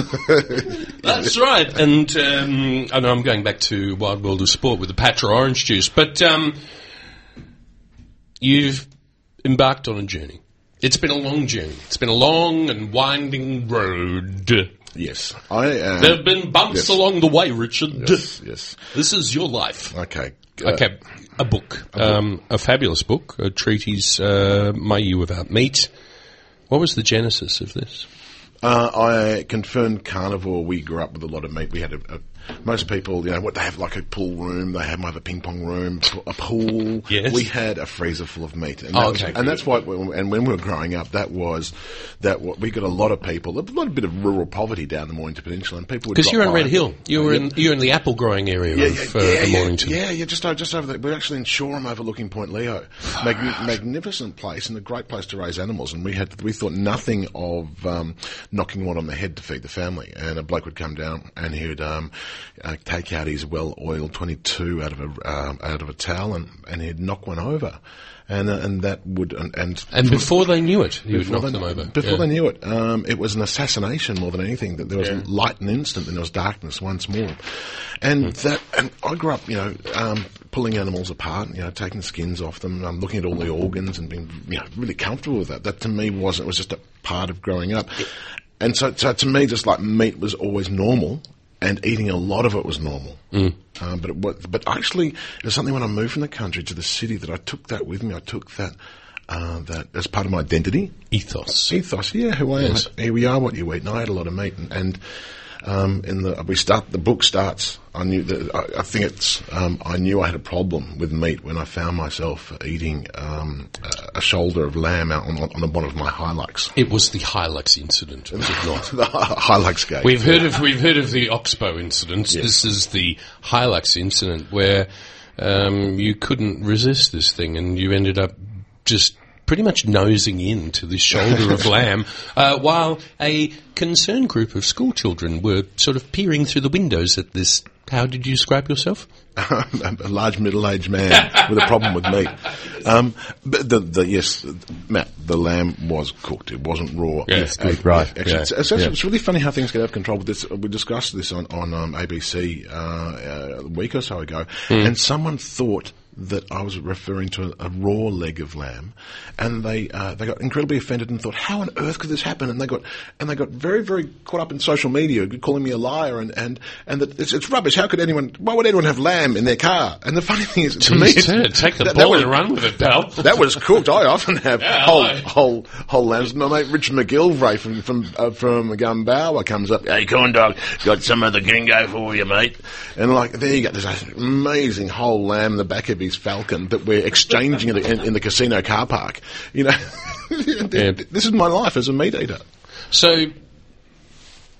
S3: That's right. And um, I know I'm going back to Wild World of Sport with the Patra orange juice, but um, you've embarked on a journey. It's been a long journey. It's been a long and winding road.
S5: Yes, I am.
S3: There have been bumps
S5: Yes.
S3: along the way, Richard.
S5: yes, yes.
S3: This is your life.
S5: Okay. Uh,
S3: Okay, a book, Um, a fabulous book, a treatise, uh, "My You Without Meat." What was the genesis of this?
S5: Uh, I confirmed carnivore. We grew up with a lot of meat. We had a, a most people, you know, what they have like a pool room. They have might have a ping pong room, p- a pool.
S3: Yes.
S5: We had a freezer full of meat, and, that
S3: Oh,
S5: was-
S3: okay.
S5: and that's why. When, and when we were growing up, that was that what we got a lot of people, a lot bit of rural poverty down the Mornington Peninsula, and people would
S3: Because
S5: drop
S3: you're in
S5: by.
S3: Red Hill, you were in you're in the apple growing area
S5: Yeah,
S3: of
S5: yeah,
S3: uh,
S5: yeah,
S3: the
S5: yeah,
S3: Mornington.
S5: Yeah, yeah, just over, just over there. We're actually in Shoreham, overlooking Point Leo. Mag- magnificent place and a great place to raise animals. And we had we thought nothing of um, knocking one on the head to feed the family. And a bloke would come down and he would um, uh, take out his well-oiled 22 out of a um out of a towel and, and he'd knock one over, and uh, and that would and, and
S3: And before they knew it, you would knock
S5: they,
S3: them over.
S5: Before
S3: Yeah.
S5: they knew it, um, it was an assassination more than anything. That there was light an instant, then there was darkness once more. And
S3: Hmm.
S5: that, and I grew up, you know, um, pulling animals apart, you know, taking skins off them, um, looking at all the organs, and being, you know, really comfortable with that. That to me wasn't. It was just a part of growing up. And so, so to me, just like meat was always normal, and eating a lot of it was normal.
S3: Hmm.
S5: Um, but it was, but actually, it was something when I moved from the country to the city that I took that with me. I took that. Uh, that as part of my identity,
S3: ethos.
S5: ethos. Yeah, who I am.
S3: Yes.
S5: Here we are. What you eat. And I ate a lot of meat, and, and um, in the we start the book starts. I knew that I, I think it's. Um, I knew I had a problem with meat when I found myself eating um, a- a shoulder of lamb out on, on the bottom of my Hilux.
S3: It was the Hilux incident, was it not?
S5: the Hilux gate.
S3: We've heard of we've heard of the Oxbow incident. This is the Hilux incident where um, you couldn't resist this thing, and you ended up just pretty much nosing into this shoulder of lamb, uh, while a concerned group of school children were sort of peering through the windows at this. How did you describe yourself?
S5: a a large middle-aged man with a problem with meat. Um, but the, the yes, Matt, the lamb was cooked. It wasn't raw.
S3: Yeah, it's
S5: Uh,
S3: good, right.
S5: Actually,
S3: Yeah,
S5: it's, it's actually-
S3: yeah.
S5: it's really funny how things get out of control. With this, we discussed this on on um, ABC uh, a week or so ago,
S3: Hmm.
S5: and someone thought. That I was referring to a, a raw leg of lamb, and they uh, they got incredibly offended and thought, "How on earth could this happen?" And they got and they got very very caught up in social media, calling me a liar and and and that it's, it's rubbish. How could anyone? Why would anyone have lamb in their car? And the funny thing is, to me,
S3: Turn it, take the
S5: that- that
S3: ball
S5: was-
S3: and run with it, pal.
S5: that was cooked. I often have
S3: Yeah,
S5: whole,
S3: I-
S5: whole, whole lambs. My mate Richard McGilvray from from uh, from Gumbower comes up. Hey, corn dog, got some of the gringo for you, mate. And like, there you go. There's an amazing whole lamb in the back of his Falcon that we're exchanging in the, in, in the casino car park. You know, this is my life as a meat eater.
S3: So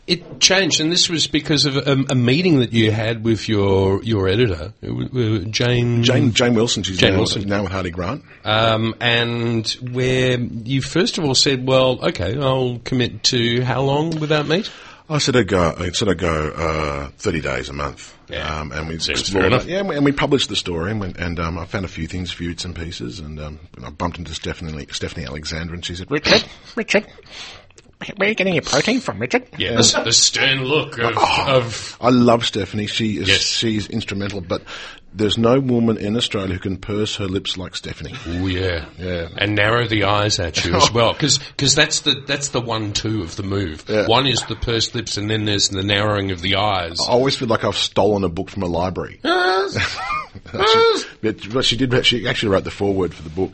S3: it changed, and this was because of um, a, a meeting that you had with your your editor, uh, w- uh, Jane.
S5: Jane Jane Wilson, she's
S3: Jane
S5: now,
S3: Wilson.
S5: now with Hardy Grant.
S3: Um, and where you first of all said, "Well, okay, I'll commit to how long without meat?"
S5: I said I'd go. I said I'd go uh, thirty days a month,
S3: Yeah.
S5: um, and we
S3: Seems
S5: explored
S3: fair
S5: it.
S3: enough.
S5: Yeah, and we, and we published the story, and, we, and um, I found a few things, viewed some pieces, and um, I bumped into Stephanie, Stephanie Alexander, and she said,
S6: Richard, Richard, where are you getting your protein from, Richard?
S3: Yeah, the, the stern look of,
S5: Oh.
S3: of
S5: "I love Stephanie. She is
S3: Yes.
S5: she's instrumental, but there's no woman in Australia who can purse her lips like Stephanie."
S3: oh yeah,
S5: Yeah.
S3: and narrow the eyes at you as well, because that's the that's the one two of the move.
S5: Yeah.
S3: One is the pursed lips, and then there's the narrowing of the eyes.
S5: I always feel like I've stolen a book from a library. But she- but she did. She actually wrote the foreword for the book,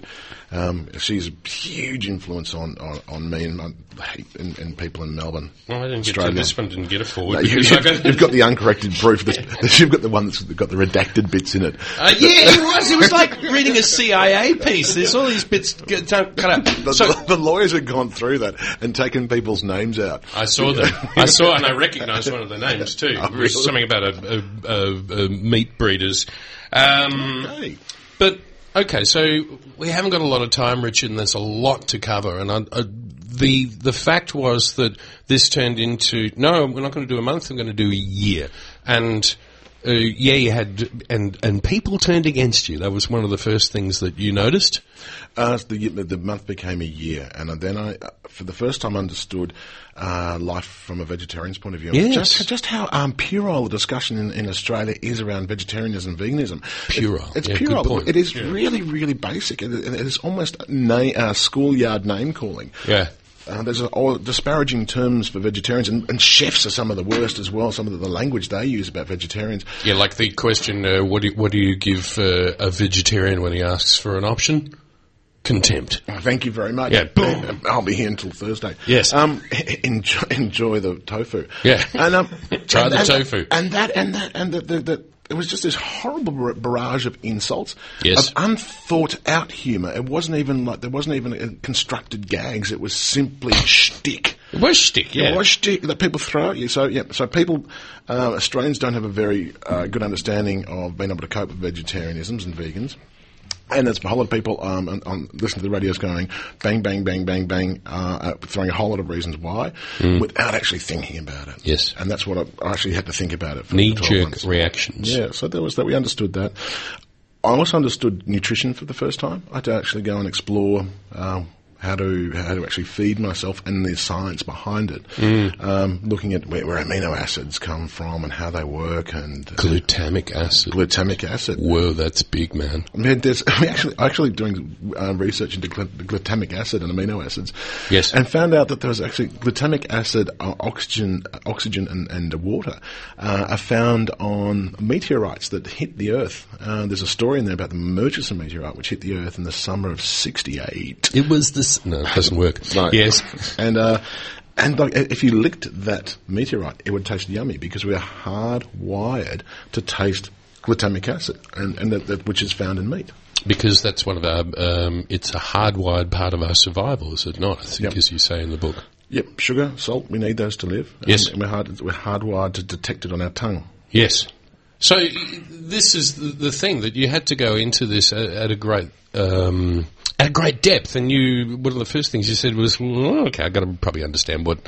S5: Um, she's a huge influence on, on, on me and, my, and, and people in Melbourne.
S3: Well, I didn't get to,
S5: Australia.
S3: this one didn't get a forward.
S5: No, you,
S3: because I got-
S5: have got the uncorrected proof. That's, you've got the one that's got the redacted bits in it.
S3: Uh, yeah, it was. It was like reading a CIA piece. There's all these bits get- don't cut
S5: The,
S3: up. So
S5: the lawyers have gone through that and taken people's names out.
S3: I saw them. I saw and I recognised one of the names too.
S5: Oh,
S3: It was Something
S5: really?
S3: about a, a, a, a meat breeders. Um,
S5: Hey.
S3: But okay, so we haven't got a lot of time, Richard, and there's a lot to cover. And I, I, the the fact was that this turned into no, we're not going to do a month. I'm going to do a year. And uh, yeah, you had and and people turned against you. That was one of the first things that you noticed.
S5: Uh, the, ye- the month became a year, and then I, uh, for the first time, understood uh, life from a vegetarian's point of view.
S3: Yes.
S5: Just, just how um, puerile the discussion in, in Australia is around vegetarianism and veganism. It-
S3: Puerile.
S5: it's
S3: Yeah, good
S5: puerile.
S3: point.
S5: It is really, really basic. It, it is almost na- uh, schoolyard name calling.
S3: Yeah.
S5: Uh, there's a, all disparaging terms for vegetarians, and, and chefs are some of the worst as well. Some of the language they use about vegetarians.
S3: Yeah, like the question, uh, what, do you, what do you give uh, a vegetarian when he asks for an option? Contempt.
S5: Oh, Thank you very much.
S3: Yeah, boom.
S5: I'll be here until Thursday.
S3: Yes.
S5: Um, enjoy, enjoy the tofu.
S3: Yeah.
S5: And um,
S3: Try
S5: and-
S3: the
S5: and-
S3: tofu.
S5: And that and that and the, the, the it was just this horrible bar- barrage of insults.
S3: Yes.
S5: Of unthought out humour. It wasn't even like there wasn't even uh, constructed gags. It was simply shtick.
S3: It was shtick, yeah.
S5: It was shtick that people throw at you. So yeah. So people, uh, Australians don't have a very uh, good understanding of being able to cope with vegetarianisms and vegans. And there's a whole lot of people um, on, on listen to the radios going bang, bang, bang, bang, bang, uh, uh, throwing a whole lot of reasons why without actually thinking about it.
S3: Mm. Yes.
S5: And that's what I, I actually had to think about it for
S3: Knee
S5: 12
S3: jerk
S5: months.
S3: reactions.
S5: Yeah, so there was that. We understood that. I also understood nutrition for the first time. I had to actually go and explore um, how to how to actually feed myself and the science behind it. Um, looking at where, where amino acids come from and how they work and uh,
S3: Glutamic acid.
S5: glutamic acid.
S3: Whoa, that's big, man.
S5: I mean, there's we actually actually doing uh, research into glu- glutamic acid and amino acids.
S3: Yes.
S5: and found out that there was actually glutamic acid, uh, oxygen, oxygen, and, and water uh, are found on meteorites that hit the Earth. Uh, there's a story in there about the Murchison meteorite, which hit the Earth in the summer of '68.
S3: It was this. No, it doesn't work.
S5: No.
S3: Yes.
S5: And uh, and like, if you licked that meteorite, it would taste yummy because we are hardwired to taste glutamic acid, and, and that, that which is found in meat.
S3: Because that's one of our, um, it's a hardwired part of our survival, is it not? I think,
S5: Yep.
S3: as you say in the book.
S5: Yep, sugar, salt, we need those to live.
S3: Yes.
S5: And we're, hard, we're hardwired to detect it on our tongue.
S3: Yes. So y- this is the, the thing that you had to go into this at, at a great um, at a great depth, and you one of the first things you said was, well, "Okay, I've got to probably understand what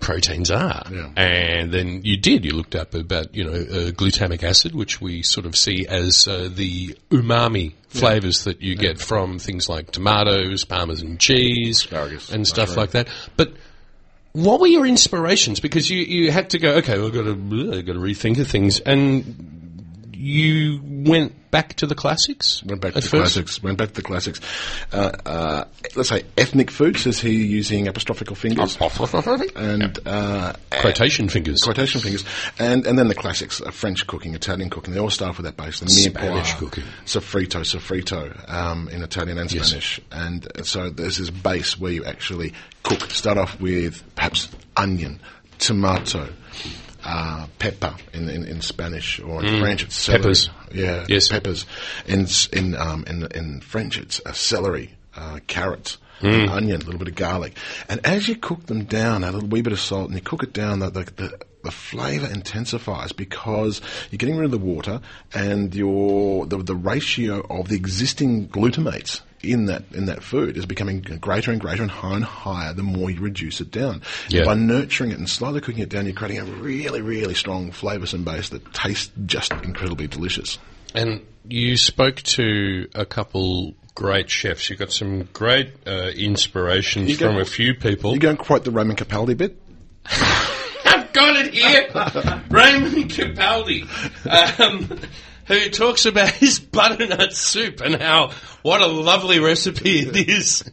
S3: proteins are."
S5: Yeah.
S3: And then you did. You looked up about you know uh, glutamic acid, which we sort of see as uh, the umami flavors that you get from things like tomatoes, parmesan cheese,
S5: Asparagus,
S3: and stuff like that. But what were your inspirations? Because you, you had to go, okay, we've got to, we've got to rethink of things. And you went back to the classics?
S5: Went back to
S3: at
S5: the
S3: first?
S5: classics. Went back to the classics. Uh, uh, let's say ethnic foods. Is he using apostrophical fingers? and uh,
S3: Quotation fingers.
S5: quotation fingers, and and then the classics: uh, French cooking, Italian cooking. They all start with that base. The
S3: Spanish
S5: mirepoix,
S3: cooking.
S5: soffritto, soffritto um, in Italian and Spanish. And uh, so there's this base where you actually cook. Start off with perhaps onion, tomato. Uh, pepper in, in, in Spanish or in French, it's celery.
S3: Mm. Peppers.
S5: Yeah,
S3: Yes.
S5: peppers. In s- in um, in in French, it's a celery, uh, carrot, onion, a little bit of garlic, and as you cook them down, add a little wee bit of salt, and you cook it down, the the, the, the flavour intensifies because you're getting rid of the water and your the, the ratio of the existing glutamates in that in that food is becoming greater and greater and higher and higher the more you reduce it down.
S3: Yeah.
S5: By nurturing it and slowly cooking it down, you're creating a really, really strong flavoursome base that tastes just incredibly delicious.
S3: And you spoke to a couple great chefs. You got some great uh, inspirations
S5: go-
S3: from a few people.
S5: You don't quote the Roman Capaldi bit.
S3: I've got it here. Raymond Capaldi, um, who talks about his butternut soup and how what a lovely recipe it is.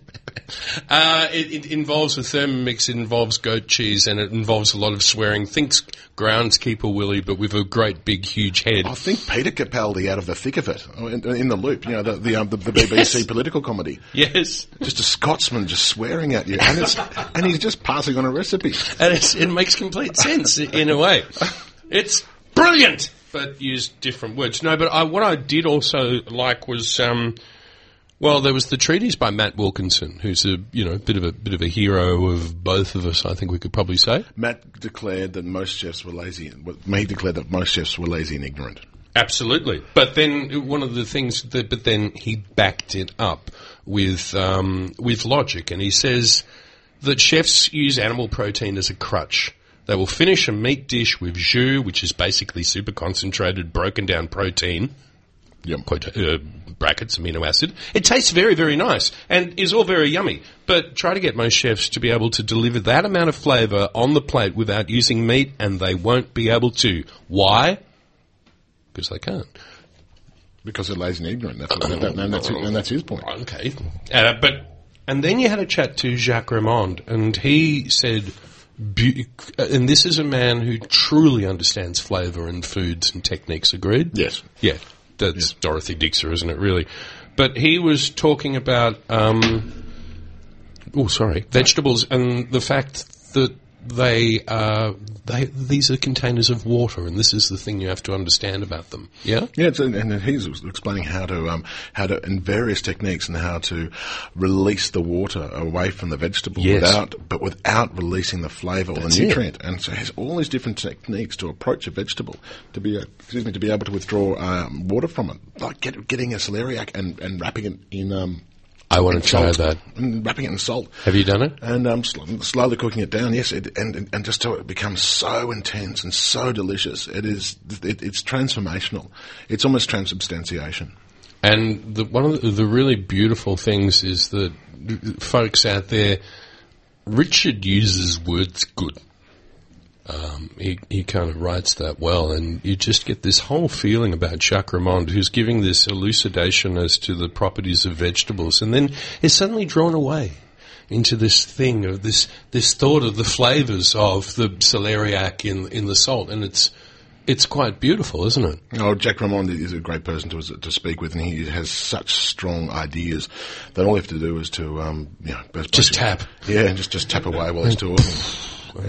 S3: Uh, it, it involves a thermomix, it involves goat cheese, and it involves a lot of swearing. Thinks groundskeeper Willie, but with a great big, huge head.
S5: I think Peter Capaldi out of the thick of it, oh, in, in the loop, you know, the, the, um, the, the BBC political comedy.
S3: Yes,
S5: Just a Scotsman just swearing at you, and, it's, and he's just passing on a recipe.
S3: and it's, it makes complete sense i- in a way. It's brilliant, but use different words. No, but I, what I did also like was, um, well, there was the treatise by Matt Wilkinson, who's a you know bit of a bit of a hero of both of us. I think we could probably say.
S5: Matt declared that most chefs were lazy. and- well, He declared that most chefs were lazy and ignorant.
S3: Absolutely. But then one of the things that, but then he backed it up with, um, with logic and he says that chefs use animal protein as a crutch. They will finish a meat dish with jus, which is basically super concentrated, broken down protein.
S5: Yep.
S3: Quote, uh, brackets, amino acid. It tastes very, very nice and is all very yummy. But try to get most chefs to be able to deliver that amount of flavour on the plate without using meat and they won't be able to. Why? Because they can't.
S5: Because they're lazy and ignorant. That's, that, that, and, that's, and that's his point.
S3: Okay. Uh, but and then you had a chat to Jacques Raymond, and he said, "Beau- uh, and this is a man who truly understands flavour and foods and techniques. Agreed?
S5: Yes.
S3: Yeah, that's Dorothy Dixer, isn't it? Really. But he was talking about, um, oh, sorry, vegetables and the fact that they are they these are containers of water, and this is the thing you have to understand about them. Yeah.
S5: Yeah, it's, and, and he's explaining how to um, how to in various techniques and how to release the water away from the vegetable
S3: Yes.
S5: without, but without releasing the flavour or the nutrient. And so he has all these different techniques to approach a vegetable to be a, excuse me to be able to withdraw um, water from it, like get, getting a celeriac and, and wrapping it in um,
S3: I want to try
S5: salt,
S3: that.
S5: and wrapping it in salt.
S3: Have you done it?
S5: and um, sl- slowly cooking it down. Yes, it, and and- and just till it becomes so intense and so delicious. It is. It, it's transformational. It's almost transubstantiation.
S3: And the, one of the, the really beautiful things is that uh, folks out there, Richard uses words good. Um, he, he kind of writes that well, and you just get this whole feeling about Jacques Ramond, who's giving this elucidation as to the properties of vegetables, and then is suddenly drawn away into this thing of this this thought of the flavors of the celeriac in in the salt, and it's it's quite beautiful, isn't it?
S5: Oh, Jack Ramond is a great person to to speak with, and he has such strong ideas that all you have to do is to um, you know,
S3: Just tap.
S5: Yeah, and just just tap away while he's talking.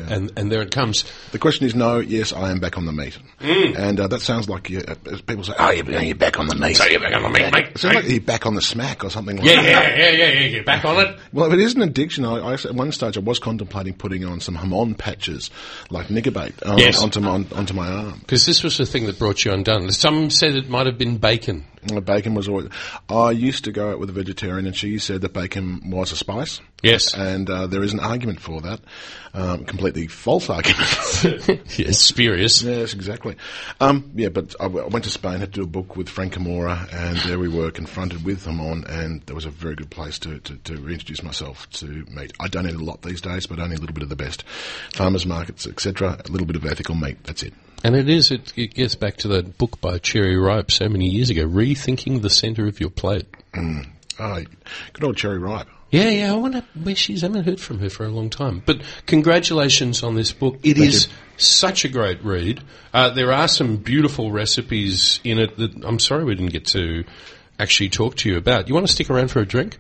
S3: And and there it comes.
S5: The question is, no, yes, I am back on the meat,
S3: Mm.
S5: and uh, that sounds like you, uh, people say, "Oh, you're, you're back on the meat."
S3: So you're back on the meat, mate.
S5: It sounds like you're back on the smack or something. Like
S3: Yeah,
S5: that.
S3: yeah, yeah, yeah, yeah, yeah. Back on it.
S5: Well, if it is an addiction, I, I, at one stage I was contemplating putting on some hamon patches, like Nicobate, on,
S3: Yes.
S5: onto, my, on, onto my arm.
S3: Because this was the thing that brought you undone. Some said it might have been bacon.
S5: My bacon was always. I used to go out with a vegetarian, and she said that bacon was a spice.
S3: Yes.
S5: And uh, there is an argument for that, um, completely false argument.
S3: yes, spurious.
S5: yes, exactly. Um, yeah, but I, w- I went to Spain, had to do a book with Frank Amora, and there we were confronted with hamon, and there was a very good place to, to, to reintroduce myself to meat. I don't eat a lot these days, but only a little bit of the best. Farmers markets, etc. A little bit of ethical meat. That's it.
S3: And it is, it, it gets back to that book by Cherry Ripe so many years ago, Rethinking the Centre of Your Plate.
S5: Oh, good old cherry ripe.
S3: Yeah, yeah, I wonder where she's. I haven't heard from her for a long time. But congratulations on this book. It is such a great read. Uh, there are some beautiful recipes in it that I'm sorry we didn't get to actually talk to you about. You want to stick around for a drink?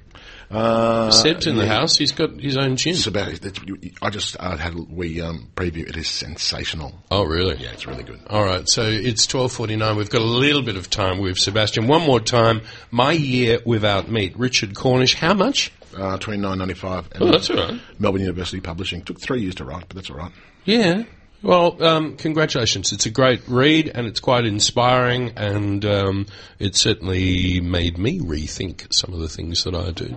S5: Uh,
S3: Seb's in the house. He's got his own gin.
S5: it's about. It's, you- you- I just uh, had a wee um, preview. It is sensational.
S3: Oh, really? Yeah,
S5: It's really good.
S3: All right, so it's 12.49. We've got a little bit of time with Sebastian. One more time. My Year Without Meat, Richard Cornish. How much?
S5: Uh, Twenty nine ninety five.
S3: Oh, that's all right.
S5: Melbourne University Publishing took three years to write, but that's all right.
S3: Yeah. Well, um, congratulations. It's a great read and it's quite inspiring and um, it certainly made me rethink some of the things that I do.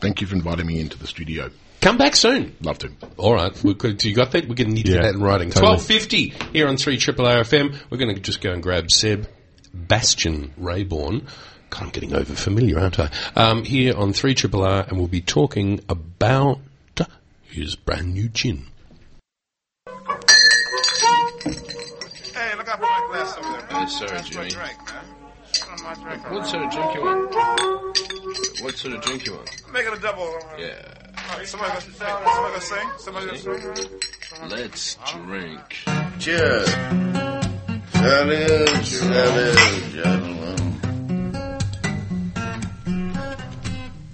S5: Thank you for inviting me into the studio.
S3: Come back soon.
S5: Love to.
S3: All right. We're good. You got that? We're going to need to get that in writing.
S2: totally.
S3: 12.50 here on 3 Triple RFM. We're going to just go and grab Seb Bastion Rayborn. God, I'm getting over familiar, aren't I? Um, here on 3 Triple R and we'll be talking about his brand new gin.
S7: Hey, look out for my glass over there, man.
S3: sorry,
S7: That's my
S3: Jimmy.
S7: drink, man. That's my drink, all right.
S3: sort of drink you want? What sort of drink you want?
S7: Make it a double. uh, all right.
S3: Yeah.
S7: right, somebody got, somebody got to sing. Somebody got to sing.
S8: Let's drink. Cheers. Cheers, cheers, gentlemen.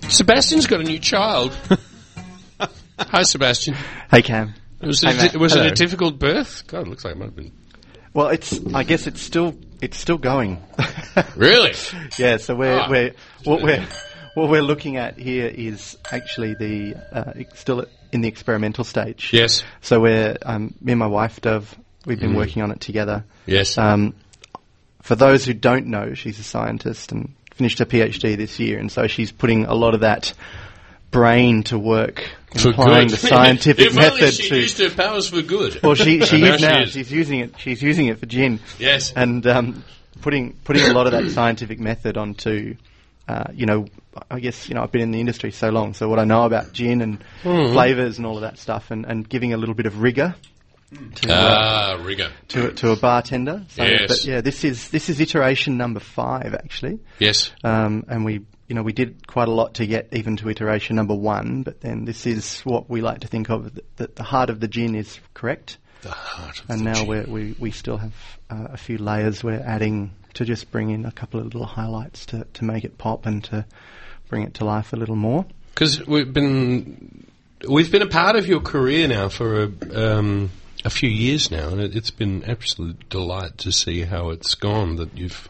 S3: Sebastian's got a new child. Hi, Sebastian.
S9: Hey Cam.
S3: Was,
S9: Hey,
S3: it,
S9: Matt.
S3: di- was it a
S9: Hello.
S3: difficult birth? God, it looks like it might have been.
S9: Well, it's. I guess it's still. It's still going.
S3: Really?
S9: yeah. So we're
S3: Ah.
S9: we're what we're what we're looking at here is actually the uh, it's still in the experimental stage.
S3: Yes.
S9: So we're um, me and my wife Dove. We've been working on it together.
S3: Yes.
S9: Um, for those who don't know, she's a scientist and finished her PhD this year, and so she's putting a lot of that brain to work, in
S3: for
S9: applying
S3: good.
S9: the scientific
S3: if
S9: method
S3: only she
S9: to.
S3: used her powers for good.
S9: well, she, she
S3: And
S9: is now.
S3: she
S9: She's using it. She's using it for gin.
S3: Yes.
S9: And um, putting putting a lot of that scientific method onto, uh, you know, I guess you know I've been in the industry so long, so what I know about gin and flavors and all of that stuff, and, and giving a little bit of rigor to uh,
S3: Ah, rigor.
S9: to, to a bartender. So,
S3: Yes.
S9: But yeah, this is this is iteration number five actually,
S3: Yes.
S9: um, and we you know we did quite a lot to get even to iteration number one, but then this is what we like to think of th- that the heart of the gin is correct,
S3: The heart of
S9: and
S3: the
S9: now
S3: gin.
S9: we're, we we still have uh, a few layers we're adding to just bring in a couple of little highlights to to make it pop and to bring it to life a little more.
S3: Because we've been we've been a part of your career now for a, um, a few years now, and it, it's been absolute delight to see how it's gone. That you've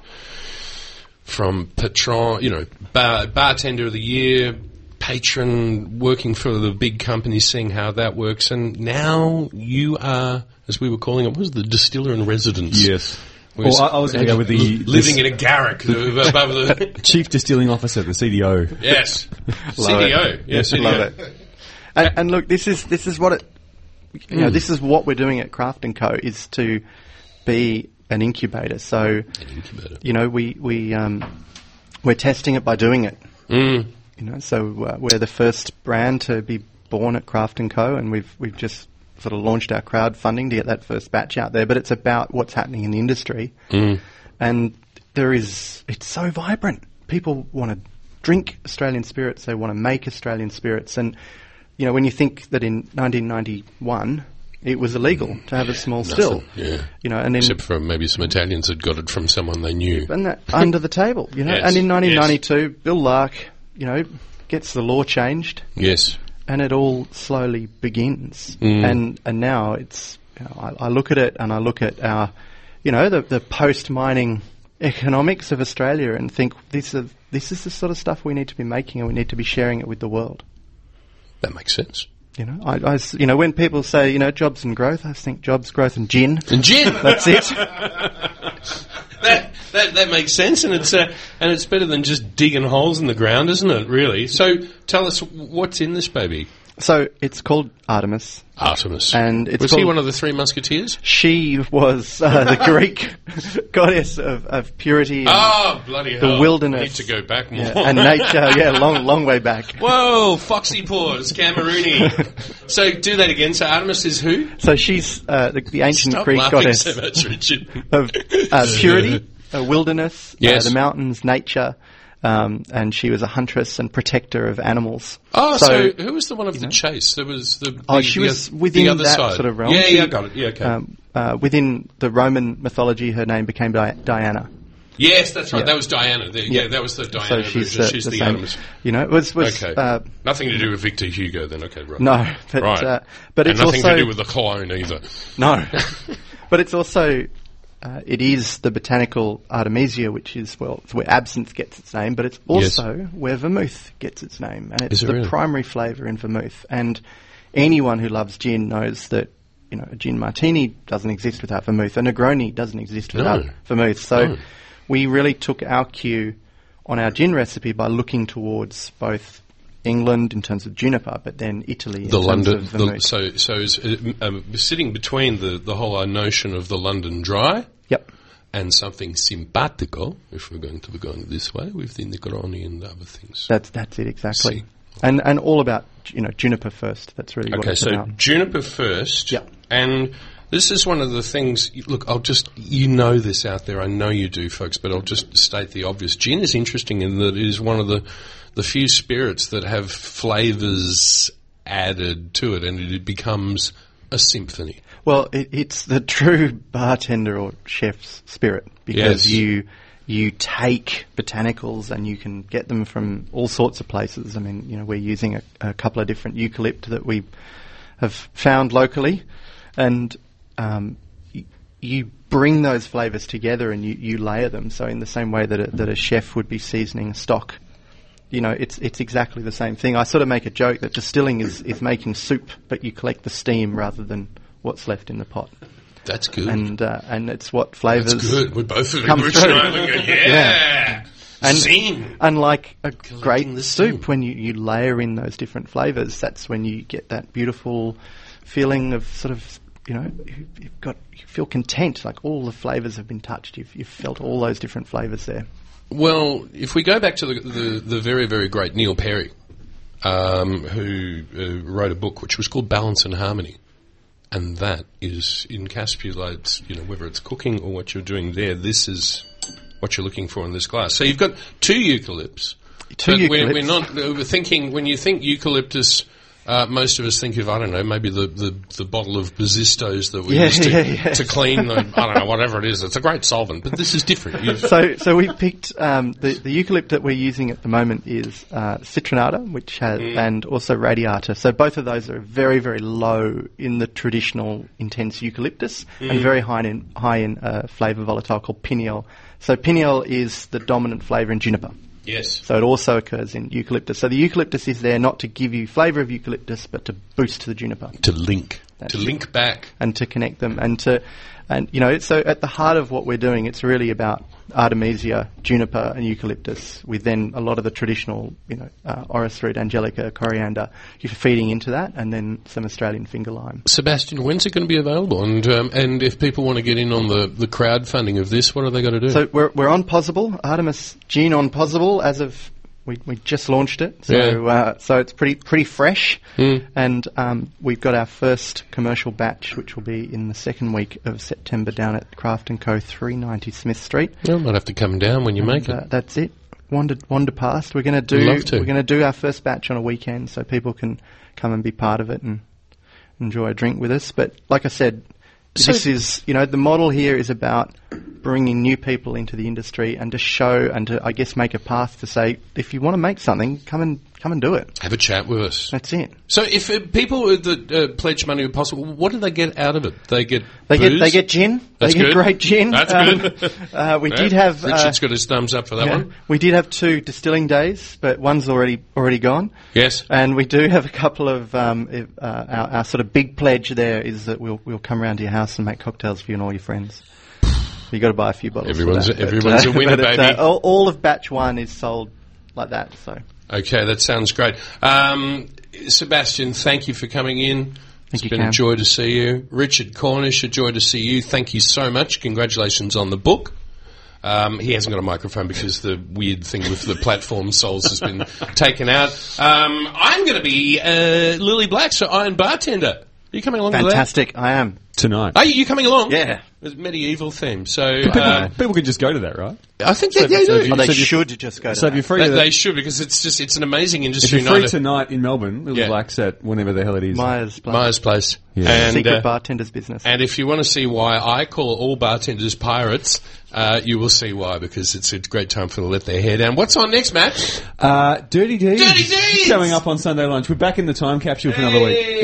S3: from patron, you know, bar, bartender of the year, patron, working for the big company, seeing how that works, and now you are, as we were calling it, what was it, the distiller in residence? We
S2: Well, I, I was going to go with the
S3: living
S2: this
S3: in a garrick above the
S2: chief distilling officer, the CDO.
S3: yes E
S9: Love it.
S3: CDO. Yes, CDO.
S9: Love it. And, and look, this is this is what it. You know, this is what we're doing at Craft and Co. is to be an incubator. So,
S3: Incubator.
S9: you know, we we um, we're testing it by doing it.
S3: Mm.
S9: You know, so uh, we're the first brand to be born at Craft and Co. And we've we've just sort of launched our crowdfunding to get that first batch out there. But it's about what's happening in the industry,
S3: Mm.
S9: and there is it's so vibrant. People want to drink Australian spirits. They want to make Australian spirits, and you know when you think that in 1991 it was illegal to have a small still,
S3: yeah.
S9: you know, and then
S3: Except for maybe some Italians had got it from someone they knew.
S9: and that under the table, you know.
S3: Yes,
S9: And in
S3: yes.
S9: 1992, Bill Lark, you know, gets the law changed,
S3: Yes.
S9: and it all slowly begins.
S3: Mm.
S9: And and now it's, you know, I, I look at it and I look at our, you know, the, the post mining economics of Australia and think this is this is the sort of stuff we need to be making and we need to be sharing it with the world.
S3: That makes sense.
S9: You know, I, I s- you know when people say you know jobs and growth, I think jobs, growth, and gin.
S3: And gin!
S9: That's it.
S3: that, that, that makes sense, and it's, uh, and it's better than just digging holes in the ground, isn't it, really? So tell us, what's in this baby?
S9: so it's called Artemis,
S3: Artemis.
S9: and it's
S3: Was
S9: called
S3: he one of the three musketeers?
S9: she was uh, the Greek goddess of, of purity and,
S3: Oh, bloody hell.
S9: wilderness.
S3: need to go back more.
S9: yeah, and nature. Yeah, long, long way back.
S3: Whoa, Foxy Paws, Camerooni. so do that again. So Artemis is who?
S9: So she's uh, the, the ancient
S3: Stop
S9: Greek
S3: laughing
S9: goddess
S3: so much, Richard.
S9: of uh, purity, uh, wilderness,
S3: Yes.
S9: uh, the mountains, nature. Um, and she was a huntress and protector of animals.
S3: Oh, so,
S9: So-
S3: who was the one of the chase? There was the, the
S9: Oh, she
S3: the
S9: was
S3: oth-
S9: within
S3: the other
S9: that
S3: side.
S9: sort of realm.
S3: Yeah,
S9: She-
S3: yeah, I got it. Yeah, okay.
S9: Um, uh, within the Roman mythology, her name became Di- Diana.
S3: yes, that's right.
S9: yeah.
S3: That was Diana. The, yeah. that was the Diana.
S9: So
S3: version.
S9: she's the,
S3: she's
S9: the
S3: the,
S9: same.
S3: Artemis.
S9: You know, it was was
S3: Okay.
S9: uh,
S3: nothing to do with Victor Hugo, then. Okay, right.
S9: no, but
S3: right.
S9: uh, but
S3: and
S9: it's
S3: nothing
S9: also
S3: to do with the clone either.
S9: No, but it's also uh, it is the botanical Artemisia, which is well, it's where absinthe gets its name, but it's
S3: Yes.
S9: also where vermouth gets its name, and
S3: Is
S9: it's
S3: it
S9: the
S3: really?
S9: primary flavour in vermouth. And anyone who loves gin knows that you know a gin martini doesn't exist without vermouth, a Negroni doesn't exist without
S3: No.
S9: vermouth. So
S3: No.
S9: we really took our cue on our gin recipe by looking towards both. England in terms of juniper, but then Italy in
S3: The
S9: terms
S3: London.
S9: of
S3: The,
S9: vermouth.
S3: so so is, uh, um, sitting between the the whole uh, notion of the London Dry.
S9: yep.
S3: And something simpatico, if we're going to be going this way, with the Negroni and other things.
S9: That's that's it exactly.
S3: See.
S9: And and all about you know juniper first. That's really what
S3: Okay,
S9: it's
S3: so
S9: about.
S3: juniper first.
S9: Yeah.
S3: And this is one of the things. Look, I'll just you know this out there. I know you do, folks. But I'll just state the obvious. Gin is interesting in that it is one of the the few spirits that have flavors added to it, and it becomes a symphony.
S9: Well, it, it's the true bartender or chef's spirit because
S3: Yes.
S9: you you take botanicals and you can get them from all sorts of places. I mean, you know, we're using a, a couple of different eucalypt that we have found locally, and um, y- you bring those flavors together and you, you layer them. So in the same way that a, that a chef would be seasoning a stock. You know, it's it's exactly the same thing. I sort of make a joke that distilling is, is making soup, but you collect the steam rather than what's left in the pot,
S3: That's good.
S9: and uh, and it's what flavors.
S3: That's good. We're both of
S9: Come
S3: Rich
S9: through.
S3: and I look at- yeah.
S9: And
S3: Scene.
S9: unlike a
S3: Collecting
S9: great
S3: the steam.
S9: soup, when you, you layer in those different flavors, that's when you get that beautiful feeling of sort of you know you- you've got you feel content, like all the flavors have been touched. You've you've felt all those different flavors there.
S3: Well, if we go back to the, the, the very, very great Neil Perry, um, who uh, wrote a book which was called Balance and Harmony, and that is encapsulates, you know, whether it's cooking or what you're doing there, this is what you're looking for in this glass. So you've got two eucalypts.
S9: Two
S3: but We're,
S9: eucalypts.
S3: we're not uh, we're thinking, when you think eucalyptus, uh, most of us think of, I don't know, maybe the, the, the bottle of Bazistos that we
S9: Yeah,
S3: used to,
S9: yeah, yeah.
S3: to clean, the, I don't know, whatever it is. It's a great solvent, but this is different. You've-
S9: so, so we picked um, the, the eucalypt that we're using at the moment is uh, citronata, which has, and also radiata. So both of those are very, very low in the traditional intense eucalyptus, and very high in high in uh, flavour volatile called pineal. So pineal is the dominant flavour in juniper.
S3: yes.
S9: So it also occurs in eucalyptus. So the eucalyptus is there not to give you flavour of eucalyptus, but to boost the juniper
S3: to link to link back
S9: and to connect them and to and you know so at the heart of what we're doing it's really about artemisia juniper and eucalyptus with then a lot of the traditional you know uh, orris root angelica coriander you're feeding into that and then some australian finger lime
S3: sebastian when's it going to be available and um, and if people want to get in on the the crowdfunding of this what are they going to do
S9: so we're, we're on possible artemis gene on possible as of we, we just launched it, so
S3: Yeah.
S9: uh, so it's pretty pretty fresh, and um, we've got our first commercial batch, which will be in the second week of September down at Craft and Co. 390 Smith Street.
S3: you might have to come down when you make
S9: Uh,
S3: it
S9: that's it. Wander, wander past. We're going to do.
S3: Love to.
S9: We're going to do our first batch on a weekend, so people can come and be part of it and enjoy a drink with us. But like I said, this is you know the model here is about bringing new people into the industry and to show and to I guess make a path to say if you want to make something, come and come and do it.
S3: have a chat with us
S9: That's it.
S3: so if uh, people with the uh, pledge money if possible what do they get out of it they get
S9: They get
S3: booze?
S9: they get gin.
S3: That's
S9: they get
S3: good.
S9: great gin.
S3: That's good.
S9: uh, we
S3: Yeah.
S9: did have. uh,
S3: richard's got his thumbs up for that
S9: Yeah.
S3: one
S9: We did have two distilling days, but one's already already gone.
S3: Yes.
S9: and we do have a couple of um, if, uh, our, our sort of big pledge. There is that we'll we'll come round to your house and make cocktails for you and all your friends. You got to buy a few bottles. for
S3: Everyone's-
S9: that, but,
S3: everyone's a winner,
S9: but it's,
S3: baby.
S9: Uh, all, all of batch one is sold like that. So
S3: okay that sounds great um, sebastian thank you for coming in it's
S9: you,
S3: been a
S9: Cam.
S3: joy to see you. Richard Cornish, a joy to see you. Thank you so much. Congratulations on the book. Um, he hasn't got a microphone because the weird thing with the platform souls has been taken out. Um, I'm going to be uh, Lily Black, so Iron Bartender. Are you coming along
S9: fantastic! I am.
S2: tonight.
S3: to that? Are you coming along?
S9: Yeah.
S3: It's medieval theme. So
S2: people,
S3: uh,
S2: people can just go to that, right?
S3: I think they, they do.
S9: Oh, they
S2: So if you-
S9: should just go. To
S2: So if
S9: that.
S2: you're free,
S3: They,
S2: to
S3: they should because it's just it's an amazing
S2: if
S3: industry.
S2: you're free
S3: not a-
S2: tonight in Melbourne, Little
S3: Yeah.
S2: Black's at whenever the hell it is.
S9: Myers Blood,
S3: Myers Place. And,
S9: secret
S3: uh,
S9: bartender's business.
S3: And if you want to see why I call all bartenders pirates, uh, you will see why because it's a great time for them to let their hair down. What's on next, Matt?
S2: Uh, Dirty Deeds.
S3: Dirty Deeds!
S2: Coming up on Sunday lunch. We're back in the time capsule for another week.
S3: Hey!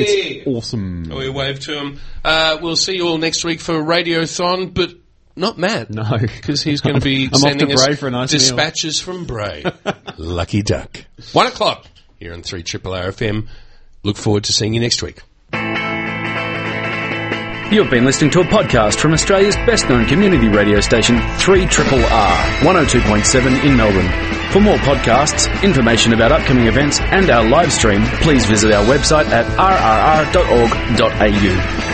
S2: It's awesome.
S3: We wave to him. Uh, we'll see you all next week for Radiothon, but not Matt.
S2: No.
S3: Because he's going to be
S2: I'm off
S3: sending
S2: to
S3: us
S2: Bray for a nice meal.
S3: dispatches from Bray. Lucky duck. One o'clock here on 3 Triple RFM. Look forward to seeing you next week.
S1: You've been listening to a podcast from Australia's best known community radio station, 3RRR, 102.7 in Melbourne. For more podcasts, information about upcoming events, and our live stream, please visit our website at rrr.org.au.